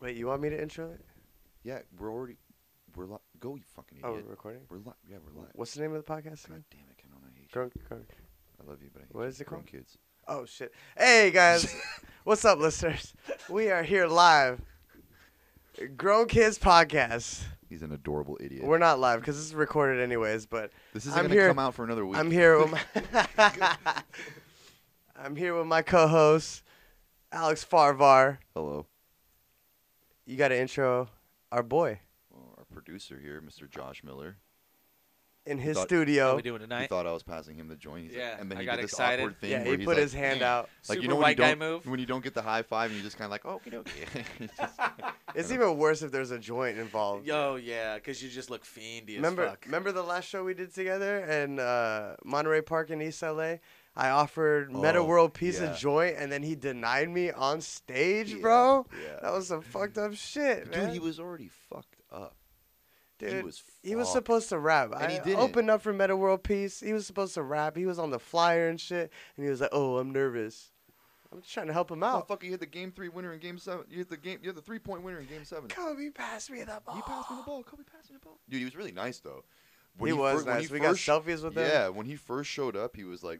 Wait, you want me to intro it? Yeah, we're already. We're li- go, you fucking Oh, we're idiot. recording. we're live. Yeah, we're live. What's the name of the podcast God again? damn it, Cameron, I hate Drunk, drunk. you. I love you, but I hate What you. is it Grown called? Kids. Oh shit! Hey guys, what's up, listeners? We are here live. Grown Kids Podcast. He's an adorable idiot. We're not live because this is recorded anyways, but this isn't I'm gonna here- come out for another week. I'm here with my I'm here with my co-host Alex Farvar. Hello, You got to intro our boy Well, our producer here, Mr. Josh Miller. in his Thought- studio. How we doing He tonight? thought I was passing him the joint. He's like- Yeah, and then I he got did this excited. awkward thing yeah, where he he's put like, his hand out. like Super you know when white you guy don't- move. when you don't get the high five and you're just kind of like, oh, okay. It's even worse if there's a joint involved. Yo, yeah, because you just look fiendy remember as fuck. remember the last show we did together in uh, Monterey Park in East LA? I offered Meta Oh, World piece yeah. of joint and then he denied me on stage, bro. Yeah. That was some fucked up shit, man. Dude, he was already fucked up. he Dude, was. He was fucked supposed to rap. And he I didn't. opened up for Meta World Peace. He was supposed to rap. He was on the flyer and shit. And he was like, "Oh, I'm nervous. I'm just trying to help him out." Motherfucker, you hit the game three winner in game seven. You hit the game. You're the three point winner in game seven. Kobe, pass me the ball. He passed me the ball. Kobe passed me the ball. Dude, he was really nice though. He was fir- nice. we got first- selfies with him. Yeah, when he first showed up, he was like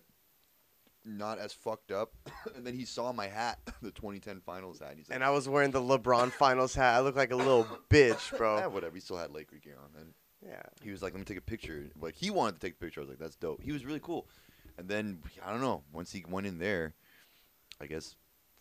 not as fucked up. and then he saw my hat, the 2010 finals hat. and He's like, And I was wearing the LeBron Finals hat. I look like a little bitch, "Ah, bro. whatever. He still had Laker gear on. And Yeah. he was like, let me take a picture. Like he wanted to take the picture. I was like, that's dope. He was really cool. And then I don't know. Once he went in there, I guess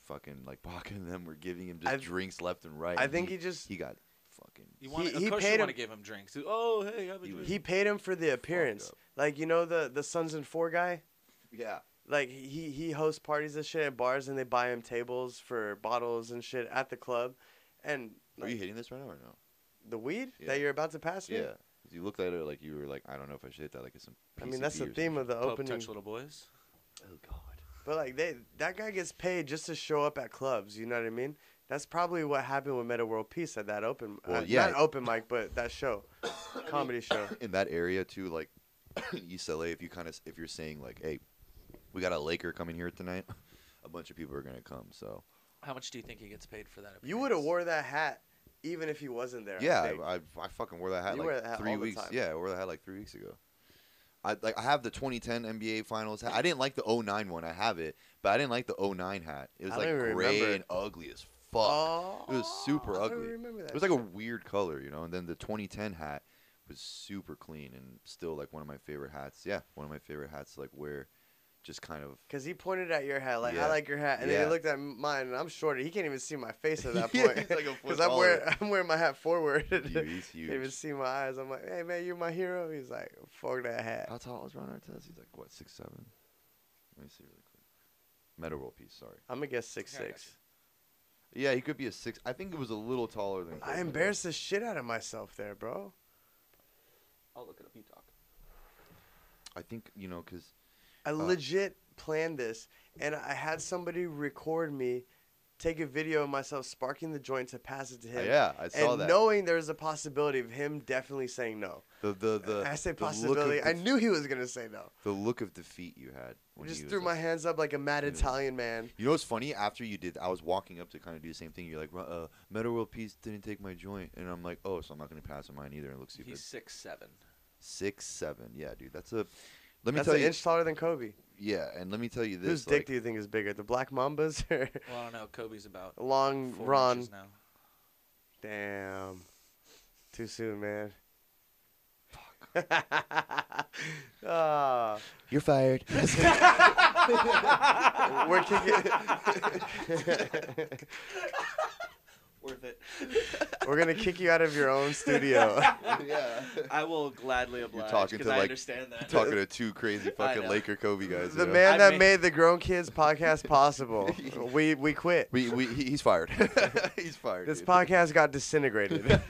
fucking like Baca and them were giving him just I- drinks left and right. I and think he just- he got fucking you wanna, he- of he course paid you want him- to give him drinks. Oh, hey, have a He drink. was- He paid him for the appearance. up. Like you know the the Sons and Four guy. yeah. Like he he hosts parties and shit at bars, and they buy him tables for bottles and shit at the club. And Are you like, hitting this right now or no? the weed Yeah. that you're about to pass me. Yeah. 'Cause You looked at it like you were like, I don't know if I should hit that. Like it's some. I mean, that's the theme of the Pope opening. touch little boys. Oh God. But like they, that guy gets paid just to show up at clubs. You know what I mean? That's probably what happened with Meta World Peace at that open, Well, uh, yeah. not open mic, but that show, comedy show. In that area too, like East LA, if you kind of if you're saying like, hey, we got a Laker coming here tonight, a bunch of people are gonna come. So How much do you think he gets paid for that? You appearance? would have wore that hat even if he wasn't there. I yeah, think. I, I, I fucking wore that hat You like wear that hat three all the weeks. time. Yeah, I wore that hat like three weeks ago. I like I have the 2010 NBA Finals hat. I didn't like the 09 one. I have it, but I didn't like the 09 hat. It was I like don't even gray remember. and ugly as fuck. Oh, It was super I don't ugly. remember that It was like a shit. weird color, you know. And then the 2010 hat was super clean and still like one of my favorite hats. Yeah, one of my favorite hats to like wear, just kind of. Cause he pointed at your hat, like Yeah. I like your hat, and then Yeah. he looked at mine, and I'm shorter. He can't even see my face at that Yeah, point. he's like a foot Cause I'm wearing taller. I'm wearing my hat forward. Dude, he's huge. Can't even see my eyes. I'm like, hey man, you're my hero. He's like, fuck that hat. How tall is Ron Artest? He's like what six seven. Let me see really quick. Metal roll piece. Sorry. I'm gonna guess six Okay, I got six. Yeah, he could be a six. I think it was a little taller than. I embarrassed the shit out of myself there, bro. I'll look it up. You talk. I think you know because I legit planned this, and I had somebody record me, take a video of myself sparking the joint to pass it to him. Oh, yeah, I saw and that. knowing there's a possibility of him definitely saying no. the the the. I say the look of possibility. I def- knew he was gonna say no. the look of defeat you I had. When just he threw was my like- hands up like a mad he was- Italian man. You know what's funny? After you did, I was walking up to kind of do the same thing. You're like, "Ru- uh, Metal World Peace didn't take my joint, and I'm like, oh, so I'm not gonna pass on mine either. It looks stupid. He's six seven. Six seven, yeah, dude. That's a. Let me That's tell an you, inch taller than Kobe. yeah, and let me tell you this. Whose dick like- do you think is bigger, the Black Mambas or Well, I don't know. Kobe's about Long four Ron? inches now. Damn, too soon, man. Ah. You're fired. we're kicking. Worth it. we're gonna kick you out of your own studio. yeah. I will gladly oblige talking because to, I like- understand that. Talking to two crazy fucking know. Laker Kobe guys. the you know? man I that may- made the Grown Kids podcast possible. we we quit. We, we, he- he's fired. he's fired. This dude. podcast got disintegrated.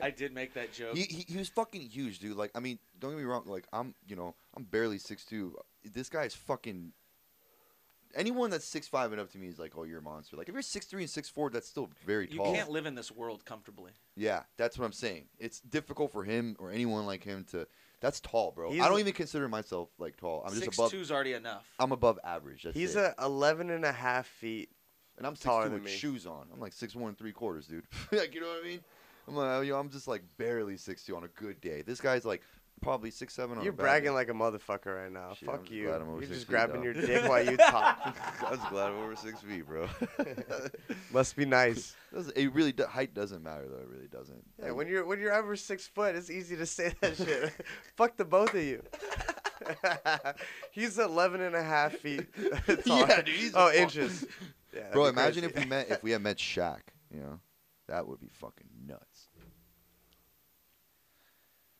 I did make that joke. He, he, he was fucking huge, dude. Like, I mean, don't get me wrong. Like, I'm, you know, I'm barely 6'2". This guy is fucking. Anyone that's 6'5 and up to me is like, oh, you're a monster. Like, if you're 6'3 and 6'4, that's still very you tall. can't live in this world comfortably. Yeah, that's what I'm saying. It's difficult for him or anyone like him to. That's tall, bro. He's I a- don't even consider myself like tall. I'm just six above. two's already enough. I'm above average. That's He's it. a 11 and a half feet and I'm six Taller two than with me. shoes on. I'm like six one and three quarters, dude. like you know what I mean? I'm like, yo, I'm just like barely six two on a good day. This guy's like probably six seven on. You're a bad bragging day. like a motherfucker right now. Shit, I'm Fuck just you. glad I'm over You're six just feet, grabbing dog. your dick while you talk. I was glad I'm over six feet, bro. Must be nice. Doesn't- it really do, height doesn't matter though. It really doesn't. Yeah, Like, when you're when you're over six foot, it's easy to say that shit. Fuck the both of you. he's 11 and a half feet tall. Yeah, dude, he's a oh, fuck- inches. Yeah, that'd bro, be imagine if crazy. we met if we had met Shaq. You know, that would be fucking nuts.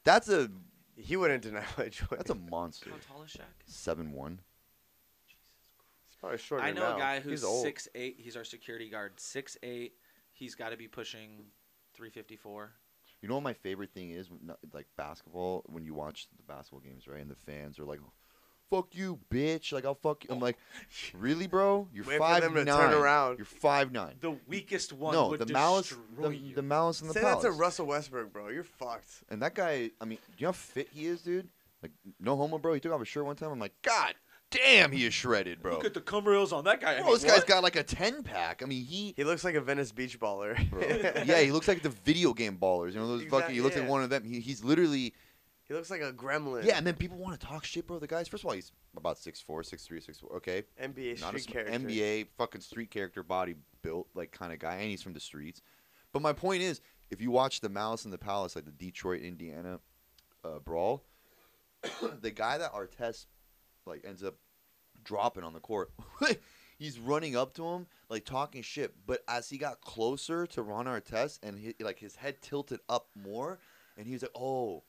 That's a he wouldn't deny my joy. that's a monster. How tall is Shaq? Seven one. He's probably shorter I know now. a guy He's who's old. six eight. He's our security guard. Six eight. He's got to be pushing three fifty four. You know what my favorite thing is, When- not- like basketball. When you watch the basketball games, right, and the fans are like, "Fuck you, bitch!" Like I'll fuck you. I'm like, really, bro? You're Wait for five them to turn nine. around. You're five nine. The weakest one No, would the malice, destroy the, you. the malice, and the Say palace. that to Russell Westbrook, bro. You're fucked. And that guy, I mean, do you know how fit he is, dude? Like, no homo, bro. He took off his shirt one time. I'm like, God damn, he is shredded, bro. Look at the cum rails on that guy. I Bro, mean, this guy's what? got like a 10 pack. I mean, he. He looks like a Venice Beach baller. Bro. yeah, he looks like the video game ballers. You know, those fucking. He looks Exact- like yeah. one of them. He, he's literally. He looks like a gremlin. Yeah, and then people want to talk shit, bro. The guy's, first of all, he's about 6'4, 6'3, 6'4. Okay. NBA Not a street sm- character. NBA fucking street character, body built, like kind of guy. And he's from the streets. But my point is, if you watch the Malice in the Palace, like the Detroit, Indiana uh, brawl, the guy that Artest like ends up dropping on the court, he's running up to him like talking shit. But as he got closer to Ron Artest and he, like his head tilted up more, and he was like, "Oh."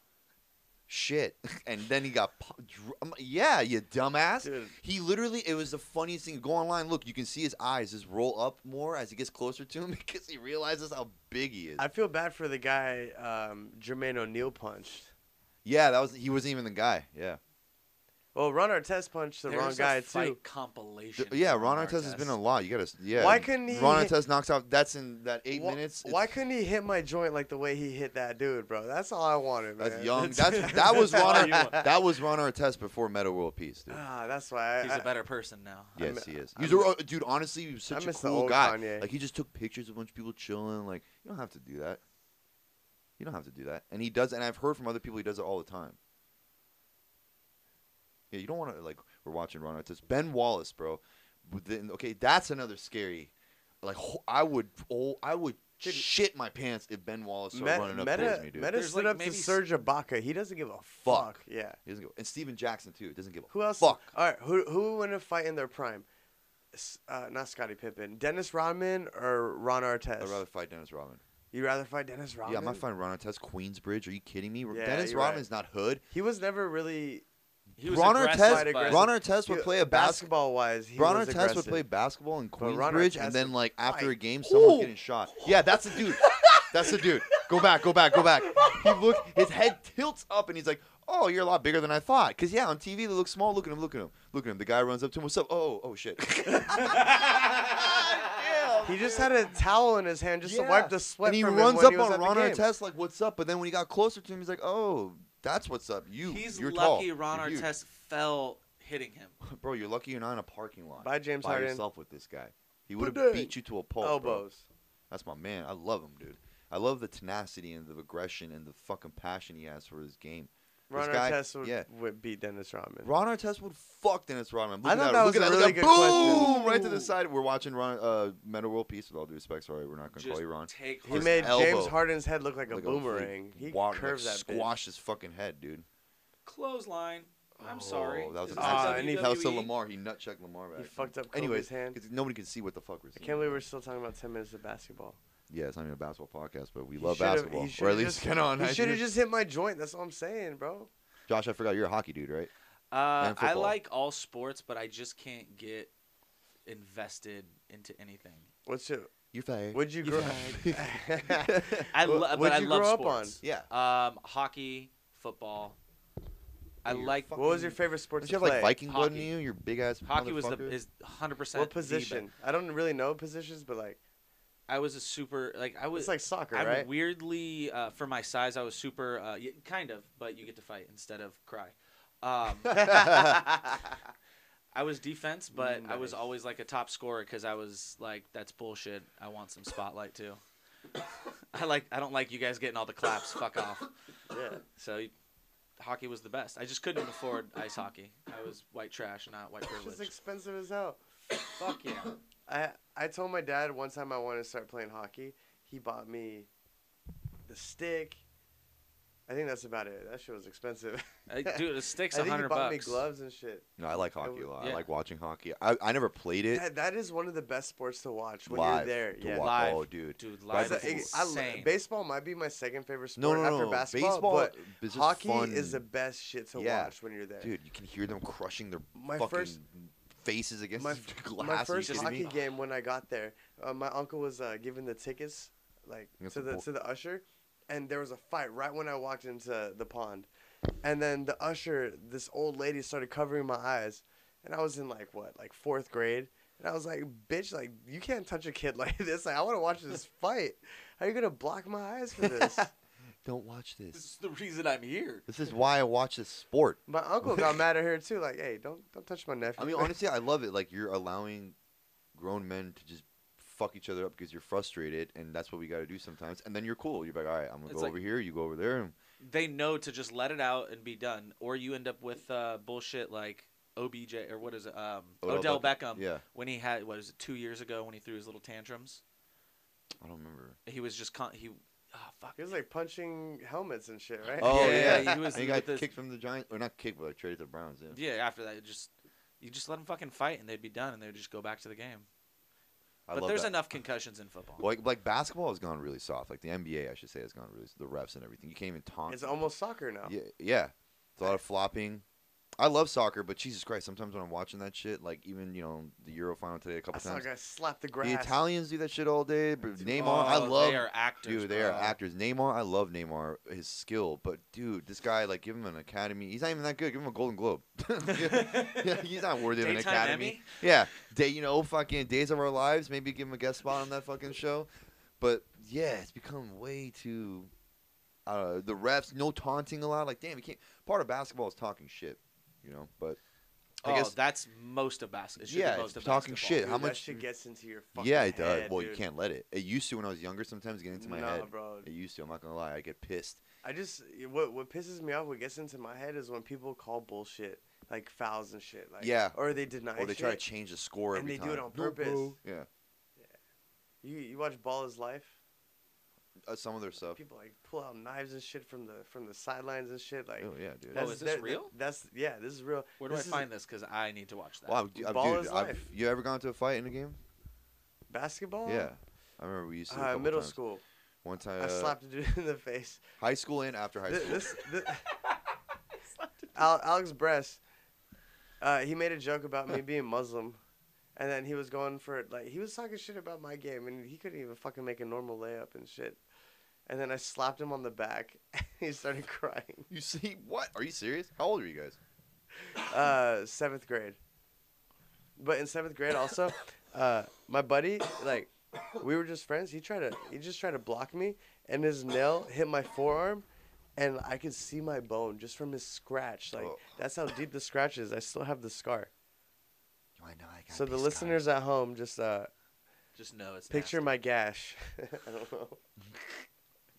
Shit, and then he got pu- dr- I'm like, yeah, you dumbass. Dude. He literally, it was the funniest thing. Go online, look, you can see his eyes just roll up more as he gets closer to him because he realizes how big he is. I feel bad for the guy um, Jermaine O'Neal punched. yeah, that was he wasn't even the guy. Yeah, Well, Ron Artest punched the There's wrong a guy fight too. Compilation. D- yeah, from Ron Artest has been a Artest. lot. You gotta, s- yeah. Why couldn't he Ron hit- Artest knocks out. That's in that eight Why- minutes. Why it's- couldn't he hit my joint like the way he hit that dude, bro? That's all I wanted, man. That's young. That's that was all Ron. you Ar- want. that was Ron Artest before Meta World Peace, dude. Ah, that's why. I, He's a I- better person now. Yes, I'm- he is. He's I'm- a, ro- dude. Honestly, he was I such a miss the cool old guy. Kanye. Like he just took pictures of a bunch of people chilling. Like you don't have to do that. You don't have to do that. And he does. And I've heard from other people he does it all the time. Yeah, you don't want to like. We're watching Ron Artest. Ben Wallace, bro. But then- okay, that's another scary. Like ho- I would, oh, I would Dude, shit my pants if Ben Wallace started Met- running up towards Meta, me, dude. Meta There's, stood like, up to maybe s- Serge Ibaka. He doesn't give a fuck. Fuck. Yeah. He doesn't give- and Steven Jackson too. Doesn't give a Who else? Fuck. All right. Who who would win a fight in their prime? S- Uh, not Scottie Pippen. Dennis Rodman or Ron Artest? I'd rather fight Dennis Rodman. You rather fight Dennis Rodman? Yeah, I'm not fighting Ron Artest, Queensbridge. Are you kidding me? Yeah, Dennis you're right. Rodman's not hood. He was never really He was Ron aggressive, Artest- but- Aggressive. Ron Artest would play a basketball. basketball wise. He Ron was Artest aggressive. would play basketball in But Ron Queensbridge, Artest and then would like after a fight. game, someone's Ooh. getting shot. Yeah, that's the dude. that's the dude. Go back, go back, go back. He look, his head tilts up, and he's like, "Oh, you're a lot bigger than I thought." Cause yeah, on TV they look small. Look at him, look at him, look at him. The guy runs up to him. What's up? Oh, oh shit. Damn, He just dude. had a towel in his hand just to Yeah. wipe the sweat and he from him runs when up he was on at the Ron game. Artest like, "What's up?" But then when he got closer to him, he's like, "Oh, that's what's up. You, He's you're lucky tall. Ron You're huge." Artest fell hitting him. bro. You're lucky you're not in a parking lot By Oh, James by Harden. yourself with this guy. He would Buddy. have beat you to a pulp. bro. Elbows. That's my man. I love him, dude. I love the tenacity and the aggression and the fucking passion he has for his game. Ron This guy- Artest would, yeah. would beat Dennis Rodman. Ron Artest would fuck Dennis Rodman. Look I at thought that. that Look was at a that. really Look at good boom! question. Right to the side. We're watching Ron uh, Meta World Peace with all due respect. Sorry, we're not gonna Just call you Ron. Take he his made James elbow. Harden's head look like a Like fucking boomerang. He wa- like curved that bitch. squash his fucking head, dude. clothesline. I'm Oh, sorry. That was, Is a this Ah, uh, bad- and he, that was to WWE? Lamar. He nut checked Lamar. Back. He fucked up Kobe's Anyways, hand. 'cause nobody can see what the fuck we're I seeing. can't believe we're still talking about 10 minutes of basketball. Yeah, it's not even a basketball podcast, but we He love should've- basketball. he Or should've at least just- get on. He should have just hit my joint. That's all I'm saying, bro. Josh, I forgot you're a hockey dude, right? Uh, And I football. like all sports, but I just can't get invested into anything. What's your, You're fired. what'd you grow I lo- Wha- but what'd I you love grow up on? sports. yeah. Um, hockey, football. I You're like fucking- What was your favorite sport Don't to you have play? like Viking blood in Hockey. you? Your big ass. hockey was the motherfucker? is 100 percent what position? I don't really know positions, but like I was a super like I was it's like soccer, I'm right? weirdly uh, for my size I was super uh, y- kind of, but you get to fight instead of cry. Um, I was defense, but I was Nice. always like a top scorer because I was like, that's bullshit. I want some spotlight too. I like. I don't like you guys getting all the claps. Fuck off. Yeah. So, you- hockey was the best. I just couldn't afford ice hockey. I was white trash, not white It's privilege. just expensive as hell. Fuck yeah. I I told my dad one time I wanted to start playing hockey. He bought me the stick. I think that's about it. That shit was expensive. Hey, Dude, the stick's I a think he hundred bought bucks. me gloves and shit. No, I like hockey would- a lot. yeah. I like watching hockey. I, I never played it That, that is one of the best sports to watch when live. you're there. to Yeah. watch- Live. Oh, dude. Dude, Why live So, is it- it- is I- insane. baseball might be my second favorite No, sport no, no. after no. basketball, Baseball but is just hockey fun. is the best shit to Yeah. watch when you're there. dude. You can hear them crushing their My fucking first- faces against my the f- glass. My Are you first kidding hockey me? game when I got there, uh, my uncle was uh, giving the tickets like That's to a the bull- to the usher, and there was a fight right when I walked into the pond, and then the usher, this old lady, started covering my eyes, and I was in like what like fourth grade. And I was like, bitch, like you can't touch a kid like this. Like I want to watch this fight. How you gonna block my eyes for this? Don't watch This this. is the reason I'm here. This is why I watch this sport. my uncle got mad at her too. Like, hey, don't don't touch my nephew. I mean, honestly, I love it. Like you're allowing grown men to just fuck each other up because you're frustrated, and that's what we got to do sometimes. And then you're cool. You're like, all right, I'm gonna It's go like- over here. You go over there. And They know to just let it out and be done, or you end up with uh, bullshit like OBJ or what is it? Um, Odell Odell, Beckham. Beckham. yeah, When he had what was it two years ago when he threw his little tantrums? I don't remember. He was just con- he. Oh fuck. he was like punching helmets and shit, right? Oh Yeah, yeah, he was And he with got this- kicked from the Giants, or not kicked, but like, traded to the Browns. Yeah. Yeah. After that, it just you just let them fucking fight and they'd be done and they'd just go back to the game. I but love there's that. enough concussions in football. Like like basketball has gone really soft. Like the NBA, I should say, has gone really the refs and everything. You can't even taunt. It's them. almost soccer now. yeah, yeah. It's a lot of flopping. I love soccer, but Jesus Christ, sometimes when I'm watching that shit, like even you know the Euro final today, a I couple saw a times. guy slap the grass. The Italians do that shit all day. But Neymar, Oh, I love They are actors. dude. They are bro. actors. Neymar, I love Neymar, his skill. But dude, this guy, like, give him an academy. He's not even that good. Give him a Golden Globe. yeah, he's not worthy of an Daytime academy. Emmy? Yeah, day, you know, fucking Days of Our Lives. Maybe give him a guest spot on that fucking show. But yeah, it's become way too. Uh, the refs, no taunting allowed. Like, damn, you can't. Part of basketball is talking shit, you know. But I oh, guess- that's most of basketball. Yeah, most it's of talking basketball. shit. Dude, how that much- shit gets into your fucking yeah, it does. head, well, you dude. can't let it. It used to when I was younger. Sometimes get into my Nah, head. bro. It used to. I'm not gonna lie. I get pissed. I just what what pisses me off, what gets into my head, is when people call bullshit like fouls and shit. Like, Yeah. Or they deny. or they shit. try to change the score And every they do it time. on purpose. bro. Yeah, You you watch Ball is Life. uh, some of their stuff. People like pull out knives and shit from the from the sidelines and shit. Like, oh yeah, dude. That's- is this that- that- real? that's yeah, this is real. Where do This I is- find this? Because I need to watch that. Wow, dude, I've- Ball dude, is I've- life. you ever gone to a fight in a game? Basketball. Yeah, I remember we used to. do it a Uh, couple middle times. school. One time, I uh, slapped a dude in the face. high school and after high Th- school. this, th- Al- Alex Bress, uh, he made a joke about me being Muslim, and then he was going for like he was talking shit about my game, and he couldn't even fucking make a normal layup and shit. And then I slapped him on the back, and he started crying. You see what? Are you serious? How old are you guys? Uh, seventh grade. But in seventh grade, also, uh, my buddy, like, we were just friends. He tried to, he just tried to block me, and his nail hit my forearm, and I could see my bone just from his scratch. Like, Oh. that's how deep the scratch is. I still have the scar. I know I got So the listeners at home, just uh, Just know it's picture nasty. my gash. I don't know.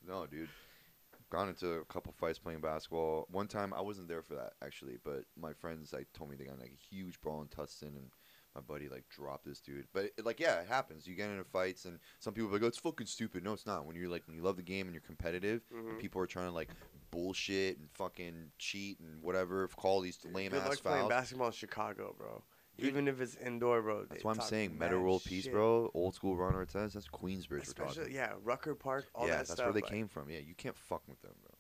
No, dude. Gone into a couple fights playing basketball. One time I wasn't there for that actually, but my friends like told me they got in, like a huge brawl in Tustin, and my buddy like dropped this dude. But it, like, yeah, it happens. You get into fights, and some people are like, "Oh, it's fucking stupid." No, it's not. When you're like, when you love the game and you're competitive, and Mhm. people are trying to like bullshit and fucking cheat and whatever, call these lame Good ass luck playing fouls. basketball in Chicago, bro. Dude, Even if it's indoor, bro. That's they why I'm talk saying mad meta world peace, shit. bro. Old school Ron Artest. That's Queensbridge. we're talking. Especially yeah, Rucker Park, all yeah, that that's stuff. where they like, came from. Yeah, you can't fuck with them, bro.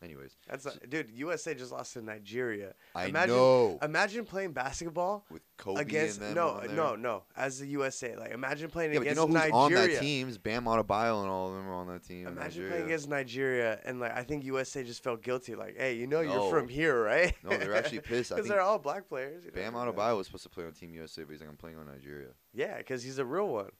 Anyways, That's uh, dude. USA just lost to Nigeria. I Imagine- know Imagine playing basketball with Kobe against and them no, on there. no, no. As the USA, like imagine playing Yeah, but you against know who's Nigeria. on that team? It's Bam Adebayo and all of them are on that team. in Imagine Nigeria. playing against Nigeria, and like I think USA just felt guilty. Like, hey, you know No. you're from here, right? No, they're actually pissed. I because think they're all black players. you know? Bam Adebayo was supposed to play on Team USA, but he's like, I'm playing on Nigeria. Yeah, because he's a real one.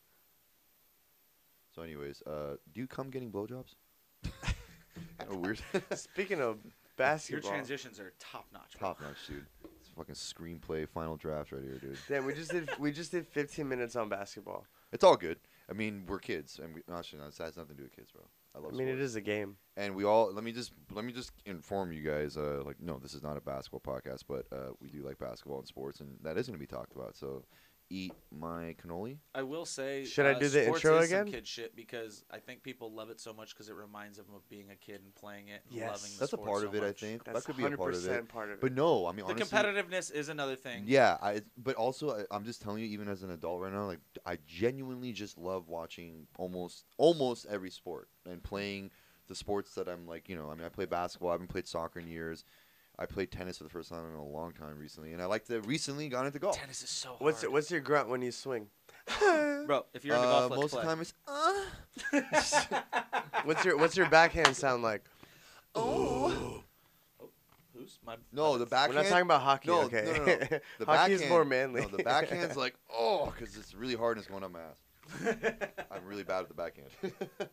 So, anyways, uh, do you come getting blowjobs? Kinda weird. Speaking of Your basketball, transitions are top notch. Top notch, dude. It's fucking screenplay final draft right here, dude. Damn, we just did we just did 15 minutes on basketball. It's all good. I mean, we're kids, and we no, actually, no, it has nothing to do with kids, bro. I I love. mean, it sports. is a game. and we all let me just let me just inform you guys uh like no this is not a basketball podcast but uh we do like basketball and sports and that is going to be talked about so eat my cannoli I will say. Should I uh, do the sports intro is some again? Kid shit, because I think people love it so much because it reminds them of being a kid and playing it. And Yes. loving the that's a sport part so of it i much. think That's that could be a part of it part of it. but no i mean The honestly competitiveness is another thing. yeah i but also I, i'm just telling you even as an adult right now like i genuinely just love watching almost almost every sport and playing the sports that i'm like you know i mean i play basketball i haven't played soccer in years i played tennis for the first time in a long time recently and i like to recently got into golf Tennis is so hard. what's it, what's your grunt when you swing? Bro, if you're into Uh, golf, let's most play. of the time it's uh, what's your what's your backhand sound like? oh. Who's my? No, the backhand. We're not talking about hockey, No, okay? no, no, no. The hockey backhand- is more manly. No, the backhand's like oh, because it's really hard and it's going up my ass. I'm really bad at the backhand. and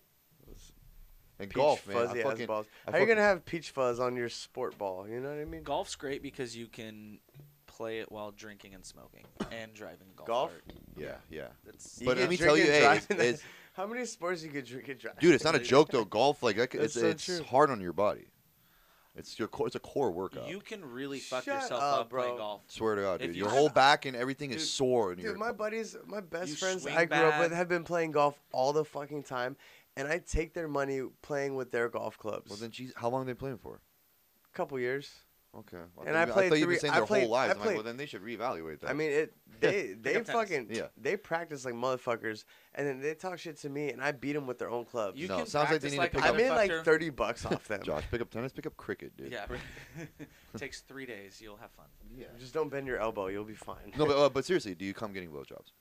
peach golf, man. fuzzy I ass fucking, balls. I How are you fucking- gonna have peach fuzz on your sport ball? You know what I mean? Golf's great because you can play it while drinking and smoking and driving a golf. Golf? cart. Yeah, yeah. That's You But can let me drink tell you, and hey, drive. it's- it's- how many sports you could drink and drive? Dude, it's not a joke though. Golf, like that, c- it's That's so it's true. hard on your body. It's your core, it's a core workout. you can really fuck Shut yourself up, up, playing bro. golf. Swear to God, If dude, you- your whole back and everything is Dude, sore. And Dude, your my buddies, my best You friends swing I grew up with back. have been playing golf all the fucking time, and I take their money playing with their golf clubs. well, then, geez, how long they playing for? couple years. Okay. Well, And I, I thought you- played I thought you've three- been saying I their played- whole lives. I I'm like, well, played- then they should reevaluate that. I mean, it they they up tennis. fucking Yeah. they practice like motherfuckers, and then they talk shit to me, and I beat them with their own clubs. You No, can sounds like they practice need to like pick I up- made like motherfucker. thirty bucks off them. Josh, pick up tennis, pick up cricket, dude. Yeah, right. takes three days. You'll have fun. Yeah. Just don't bend your elbow, you'll be fine. No, but, uh, but seriously, do you come getting blowjobs?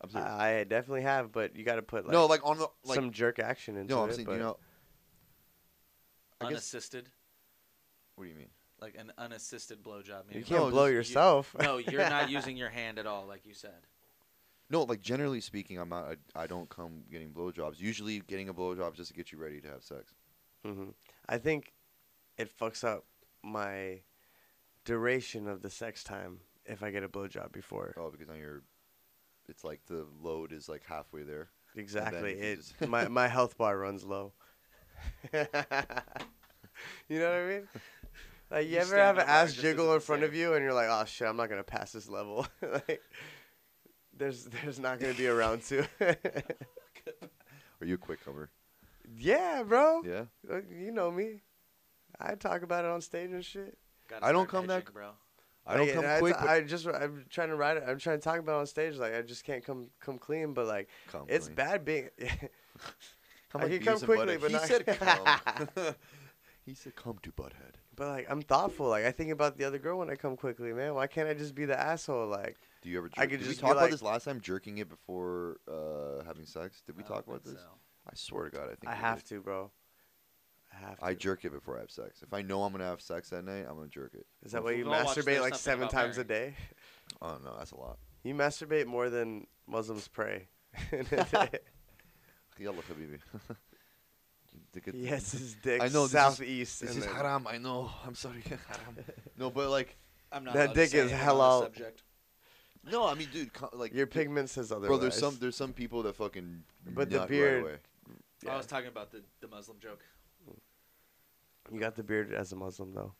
I'm serious. I, I definitely have, but you got to put Uh, like, no, like on the like. some jerk action into no, it. I'm saying but you know. I guess- unassisted, What do you mean? like an unassisted blowjob. you Maybe. can't No, blow just- you- yourself. No, you're not using your hand at all, like you said. No, like generally speaking, I'm not. I, I don't come getting blowjobs. Usually, getting a blowjob is just to get you ready to have sex. Mhm. I think it fucks up my duration of the sex time if I get a blowjob before. Oh, because on your, it's like the load is like halfway there. Exactly. if you It just- my my health bar runs low. you know what I mean? Like you, You ever stand have an up there, it ass just jiggle isn't in the front of same. you and you're like, oh shit, I'm not gonna pass this level. like there's there's not gonna be a round two. Are you a quick comer? yeah, bro. Yeah. Look, You know me. I talk about it on stage and shit. Gotta I don't start come that- edging, bro. I don't Like, and come quick. I, but I just I'm trying to ride it. I'm trying to talk about it on stage. Like I just can't come come clean. But like come it's clean. bad being. Come I like can come Beavis and quickly, Butthead. but he not- said come. he said come to butthead. But like I'm thoughtful. Like I think about the other girl when I come quickly, man. Why can't I just be the asshole? Like Do you ever? Jerk? I could just Did we be talk about like- this last time? Jerking it before uh, having sex. Did we I talk don't about think this? so. I swear to God, I think I we have did. to, bro. I have to. I jerk it before I have sex. If I know I'm gonna have sex that night, I'm gonna jerk it. Is that why you We've all watched masturbate There's like seven Something About times a day? Oh no, that's a lot. You masturbate more than Muslims pray. Yalla habibi. They could- yes, his dick. I know, this is- southeast. This and is then- haram. I know. I'm sorry. haram. No, but like, I'm not That allowed to dick say is anything on hella- this subject. no, I mean, dude, co- like Your dude, pigment says otherwise. Bro, there's some there's some people that fucking But the nut beard- Right away. Yeah. I was talking about the, the Muslim joke. You got the beard as a Muslim though.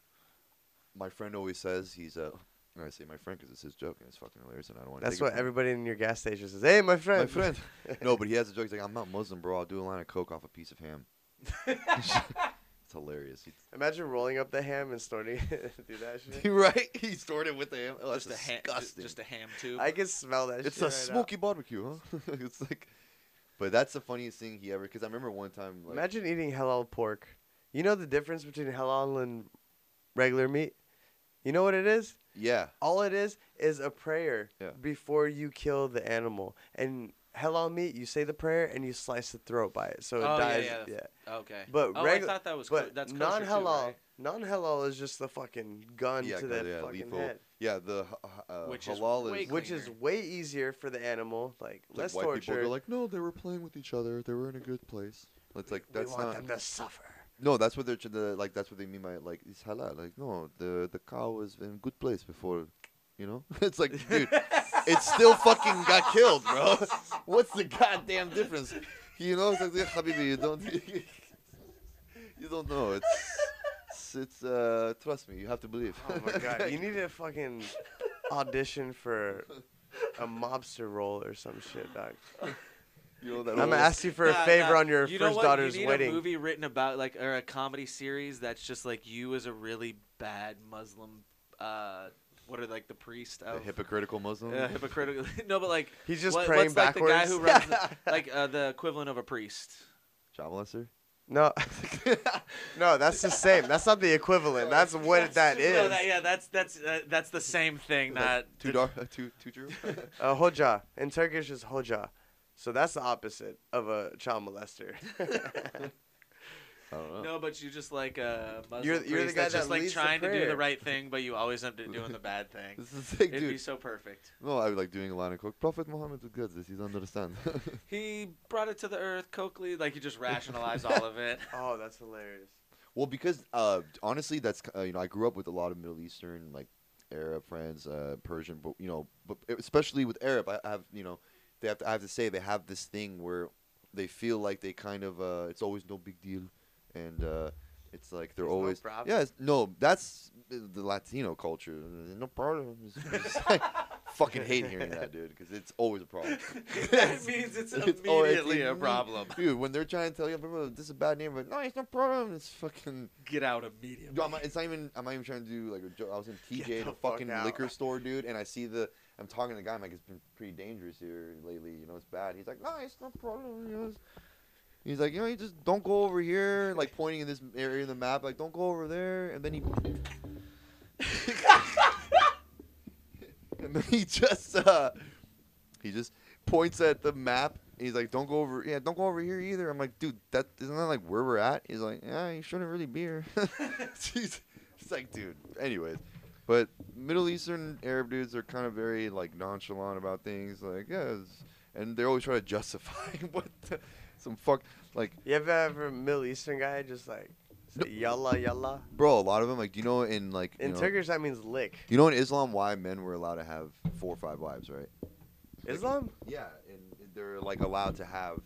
My friend always says he's a. and I say my friend because it's his joke and it's fucking hilarious and I don't want. That's what everybody in your gas station says. Hey, my friend. My friend. no, but he has a joke. He's like, I'm not Muslim, bro. I'll do a line of coke off a piece of ham. it's hilarious. He, Imagine rolling up the ham and snorting it. Do that shit. right? He stored it with the ham. Oh, that's Just a, ham, just, disgusting. just a ham tube. I can smell that It's shit. a right now. smoky barbecue, huh? it's like, but that's the funniest thing he ever. Because I remember one time, like, Imagine eating halal pork. You know the difference between halal and regular meat? You know what it is? yeah, All it is is a prayer Yeah. before you kill the animal. And halal meat, you say the prayer and you slice the throat by it. So it Oh, yeah, dies. yeah. yeah. okay. But oh, regu- I thought that was co- But that's non non halal, halal, non halal is just the fucking gun yeah, to kinda, the yeah, fucking lethal. head. Yeah, the h- h- uh, Which is halal way is cleaner. Which is way easier for the animal, like like, less white people. torture. They're like, no, they were playing with each other. They were in a good place. It's like we that's want not. them to suffer. No, that's what they're tr- the, like. That's what they mean by like it's halal. Like no, the the cow was in good place before, you know. it's like, dude, it still fucking got killed, bro. What's the goddamn difference? You know, it's like, yeah, Habibi, you don't, you don't know. It's, it's, it's, uh, trust me, you have to believe. Oh my god, you need to fucking audition for a mobster role or some shit, dog. You know that I'm gonna old- ask you for Nah, a favor nah, on your you know first what? daughter's you need wedding. A movie written about like or a comedy series that's just like you as a really bad Muslim. Uh, what are like the priest the of hypocritical Muslim. Yeah, hypocritical. no, but like Um, He's just what- praying what's, like, the guy backwards. who runs the, like uh, the equivalent of a priest. Child molester. no, no, that's the same. That's not the equivalent. That's what that is. No, that, yeah, that's that's uh, that's the same thing. Not Like, too dark, too too true. Uh, hoca in Turkish is hoca, so that's the opposite of a child molester. I don't know. No, but you just like a Muslim You're- you're the priest guy that's that just like leads the trying to do the prayer. right thing, but you always end up doing the bad thing. This is like, It'd be dude. so perfect. No, I was like doing a line of coke. Prophet Muhammad would get this. You don't understand. He brought it to the earth, Coakley. Like he just rationalized all of it. oh, that's hilarious. Well, because uh, honestly, that's uh, you know I grew up with a lot of Middle Eastern like Arab friends, uh, Persian, but you know, but e, especially with Arab, I I have you know, they have to, I have to say they have this thing where they feel like they kind of uh, it's always no big deal, and uh, it's like they're There's no always problem. yeah it's- no that's the Latino culture no problem. It's, it's like, fucking hate hearing that dude because it's always a problem. that means it's It's always- immediately a problem. dude. When they're trying to tell you, "Bro, this is a bad neighborhood. No, it's no problem. It's fucking. Get out immediately. Dude, I'm not, it's not even. I'm not even trying to do like a joke. I was in TJ, Get at the a fucking fuck out. liquor store, dude, and I see the. I'm talking to the guy. I'm like, it's been pretty dangerous here lately. You know, it's bad. He's like, no, it's no problem. You know, it's- He's like, you know, you just don't go over here. Like pointing in this area in the map, like don't go over there. And then he. and then he just uh, he just points at the map. and He's like, don't go over. Yeah, don't go over here either. I'm like, dude, that isn't that like where we're at? He's like, yeah, you shouldn't really be here. Jeez. It's like, dude. Anyways, but Middle Eastern Arab dudes are kind of very like nonchalant about things. Like, yeah, it's- and they always try to justify what the, some fuck. Like, You ever have a Middle Eastern guy just like say yalla yalla? bro, a lot of them. Like, do you know in like you In know, Turkish, that means lick. you know in Islam why men were allowed to have four or five wives, right? Islam? Yeah, and they're like allowed to have,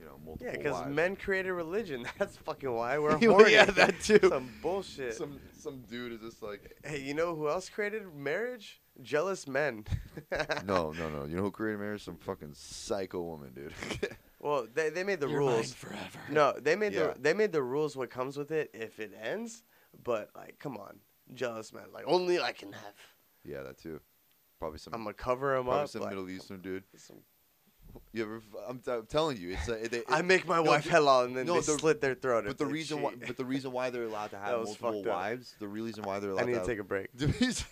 you know, multiple. Yeah, because wives. men created religion. That's fucking why we're Yeah, horny. that too. Some bullshit. Some some dude is just like, Hey, you know who else created marriage? Jealous men. no, no, no. You know who created marriage? Some fucking psycho woman, dude. Well, they, they made the rules. forever. No, they made Yeah. the they made the rules what comes with it if it ends. But like, come on, jealous man. Like only I can have. yeah, that too. Probably some. I'm gonna cover him probably up. some like, Middle Eastern dude. some- You ever? f- I'm, t- I'm telling you, it's. Uh, it, it, I make my no, wife the- halal, and then no, they the- slit their throat. if But the they reason why, cheat. but the reason why they're allowed to have was multiple fucked up. wives, the reason why they're allowed I need to, to take a break. have,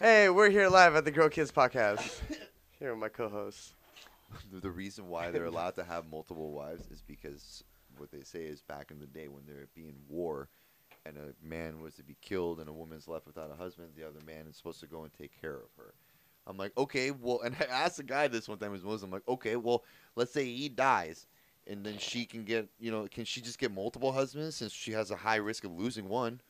Hey, we're here live at the Girl Kids Podcast. here are my co-hosts. the, the reason why they're allowed to have multiple wives is because what they say is back in the day when there would be in war and a man was to be killed and a woman's left without a husband, the other man is supposed to go and take care of her. I'm like, okay, well, and I asked a guy this one time who's Muslim, like, okay, well, let's say he dies, and then she can get, you know, can she just get multiple husbands since she has a high risk of losing one?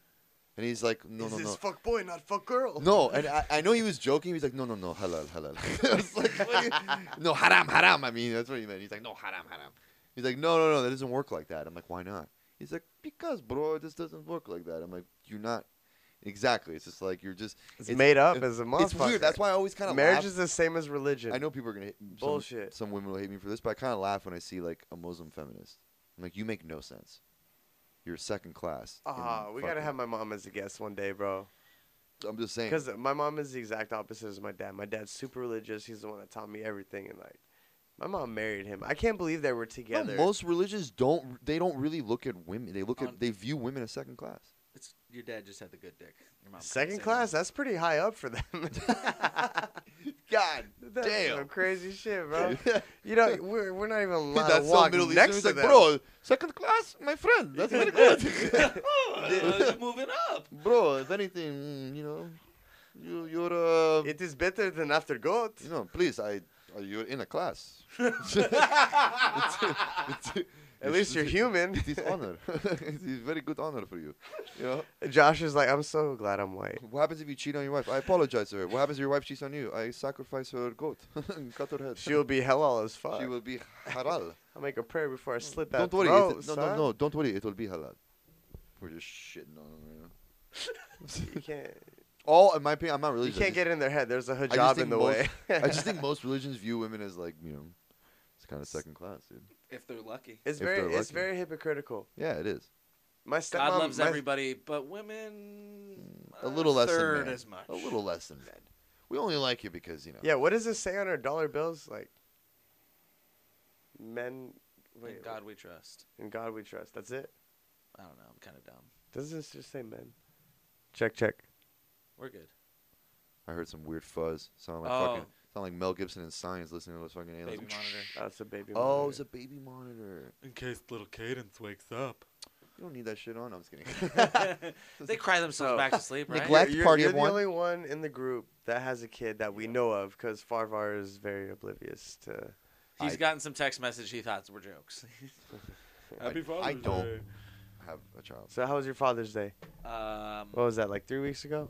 And he's like, no, Is no, this no. fuck boy, not fuck girl? No, and I, I know he was joking. He's like, no, no, no, halal, halal. I was like, what do you- no, haram, haram. I mean, that's what he meant. He's like, no, haram, haram. He's like, no, no, no, that doesn't work like that. I'm like, why not? He's like, because, bro, it just doesn't work like that. I'm like, you're not. Exactly. It's just like, you're just. it's, made up it- as a motherfucker. It's weird. That's why I always kind of marriage laugh. is the same as religion. I know people are going to hate some- Bullshit. Some, women will hate me for this, but I kind of laugh when I see, like, a Muslim feminist. I'm like, you make no sense. You're second class. in Ah, we gotta fucking- have my mom as a guest one day, bro. I'm just saying. Because my mom is the exact opposite as my dad. My dad's super religious. He's the one that taught me everything, and like, my mom married him. I can't believe they were No, together. most religions don't. They don't really look at women. They look On- at. They view women as second class. It's, your dad just had the good dick. Your mom couldn't Second say class, that. that's pretty high up for them. God that's some crazy shit, bro. That's You know, we're, we're not even allowed to so walk Middle Eastern. next It's to like, them. bro, second class, my friend. That's very good. oh, uh, moving up. bro, if anything, mm, you know, you you're uh, It is better than after God. you know, please, I Are you in a class? At least you're human. It is honor. it is very good honor for you. You know. Josh is like, I'm so glad I'm white. What happens if you cheat on your wife? I apologize to her. What happens if your wife cheats on you? I sacrifice her goat and cut her head. She'll be halal as fuck. She will be halal. I'll make a prayer before I slit that don't worry. throat, it, no, no, son. no. Don't worry. It will be halal. We're just shitting on them right now. You can't, All in my opinion, I'm not you religious. I can't just- get in their head. There's a just hijab in think the most- way. I just think most religions view women as like you know, it's kind of second class, dude. if they're lucky. it's if they're very, it's lucky. very hypocritical. Yeah, it is. My stepmom, God loves my, everybody, but women A little less third than men. as much. A little less than men. We only like you because you know. Yeah, what does it say on our dollar bills? Like, men, In wait, God we trust. in God we trust. That's it. I don't know. I'm kind of dumb. Doesn't this just say men? Check, check. We're good. I heard some weird fuzz. Sound like Oh. fucking. Sound like Mel Gibson in Science listening to those fucking aliens. Baby monitor. That's a baby. Oh, monitor. it's a baby monitor. In case little Cadence wakes up. You don't need that shit on. I'm just kidding. they cry themselves So- back to sleep, right? Neglect- you're, party you're of the one. only one in the group that has a kid that we know of because Farvar is very oblivious to. He's I- gotten some text message he thought were jokes. Happy I Father's don't. Day. Have a child. So how was your Father's Day? um, What was that like three weeks ago?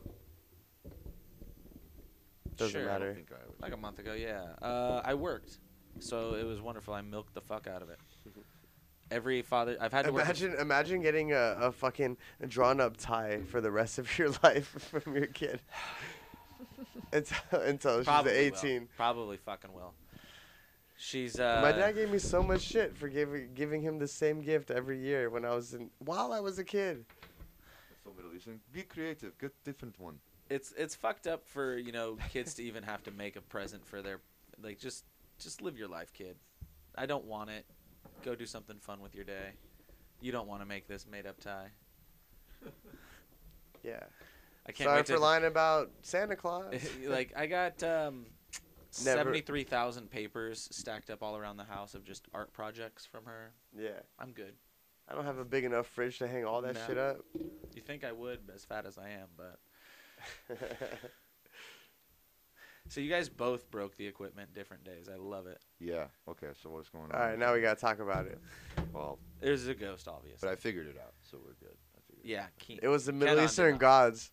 Doesn't sure. I matter. don't think I would. Like a month ago, yeah. Uh, I worked, so it was wonderful. I milked the fuck out of it. Every father I've had to work. Imagine, imagine getting a, a fucking drawn up tie for the rest of your life from your kid until until she's Probably will. eighteen. Probably fucking will. She's uh. My dad gave me so much shit for giving giving him the same gift every year when I was in while I was a kid. That's so Middle Eastern. Be creative. Get different one. it's it's fucked up for you know kids to even have to make a present for their like just just live your life kid i don't want it go do something fun with your day you don't want to make this made up tie Yeah. i can't Sorry wait for lying about Santa Claus. to like i got um Never- 73,000 papers stacked up all around the house of just art projects from her yeah. i'm good I don't have a big enough fridge to hang all that No. shit up. you think i would as fat as i am but so you guys both broke the equipment different days i love it Yeah. Okay. So what's going on? all right, now we gotta talk about it. Well, there's a ghost obviously but I figured it out, so we're good. I figured yeah Keen. It was the Middle Cannot Eastern deny. gods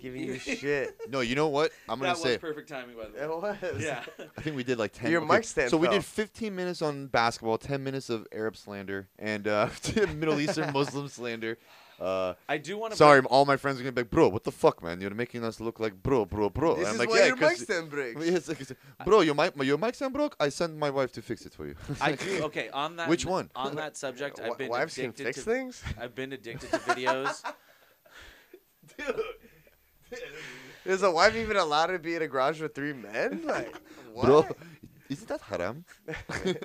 giving you shit. It. out. No, you know what? I'm gonna that say. was perfect timing by the way It was. Yeah. I think we did like ten. Your mic stand So we fell. did 15 minutes on basketball, 10 minutes of Arab slander, and uh, Middle Eastern Muslim slander. Uh, I do want to. sorry, all my friends are gonna be like, "Bro, what the fuck, man? You're making us look like bro, bro, bro." This And I'm is like, why yeah, your 'cause- mic stand breaks. Yeah, it's like- it's like, bro, your mic, your mic stand broke. I sent my wife to fix it for you. I do. Okay, on that. Which one? On that subject, Wi- I've been wives can addicted fix to. things. I've been addicted to videos. Is a wife even allowed to be in a garage with three men? Like, what? bro, isn't that haram? it can't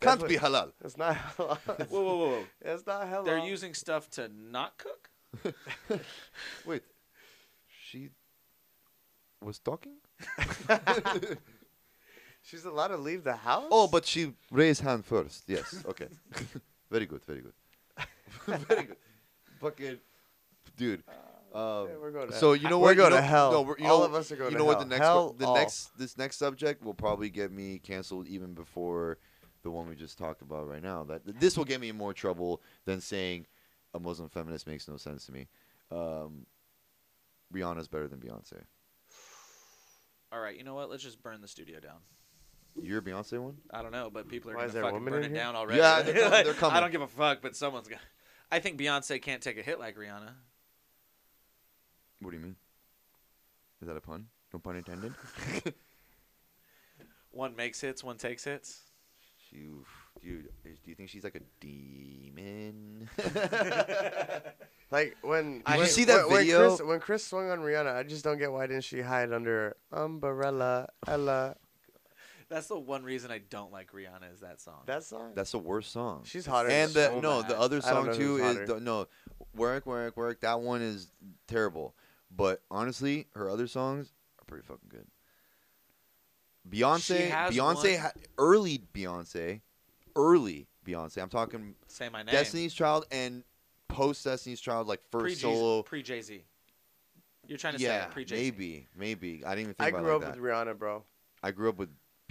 Definitely. be halal. It's not. Hello. whoa, whoa, whoa! It's not hello. whoa. They're using stuff to not cook. Wait, she was talking. She's allowed to leave the house. Oh, but she raised hand first. Yes. Okay. very good. Very good. very good. Fucking dude. Um, Uh, Yeah, we're going to so hell. you know We're what? going you know, to hell. No, we're- you all know, of us are going You to know hell. what? The next, hell the all. next, this next subject will probably get me canceled even before the one we just talked about right now. That this will get me in more trouble than saying a Muslim feminist makes no sense to me. Um, Rihanna's better than Beyonce. All right, you know what? Let's just burn the studio down. You're a Beyonce one? I don't know, but people are Why is gonna there a fucking woman burn in it here? down already. Yeah, they're coming, they're I coming. don't give a fuck, but someone's gonna. I think Beyonce can't take a hit like Rihanna. What do you mean? Is that a pun? No pun intended. One makes hits, one takes hits. She, dude, is- do you think she's like a demon? Like when Did you when- see that when- when video? Chris- when Chris swung on Rihanna, I just don't get why didn't she hide under her umbrella? Ella, That's the one reason I don't like Rihanna is that song. that song. That's the worst song. She's hotter. and than the, so no, bad. the other I don't song know too who's is hotter. the, no, work, work, work. That one is terrible. But honestly, her other songs are pretty fucking good. Beyonce, has Beyonce, one- ha- early Beyonce, early Beyonce. I'm talking Say my name. Destiny's Child and post Destiny's Child, like first pre solo. pre Jay Z. You're trying to yeah, say pre Jay Z. maybe, maybe. I didn't even think I about it grew like up that. with Rihanna, bro. I grew up with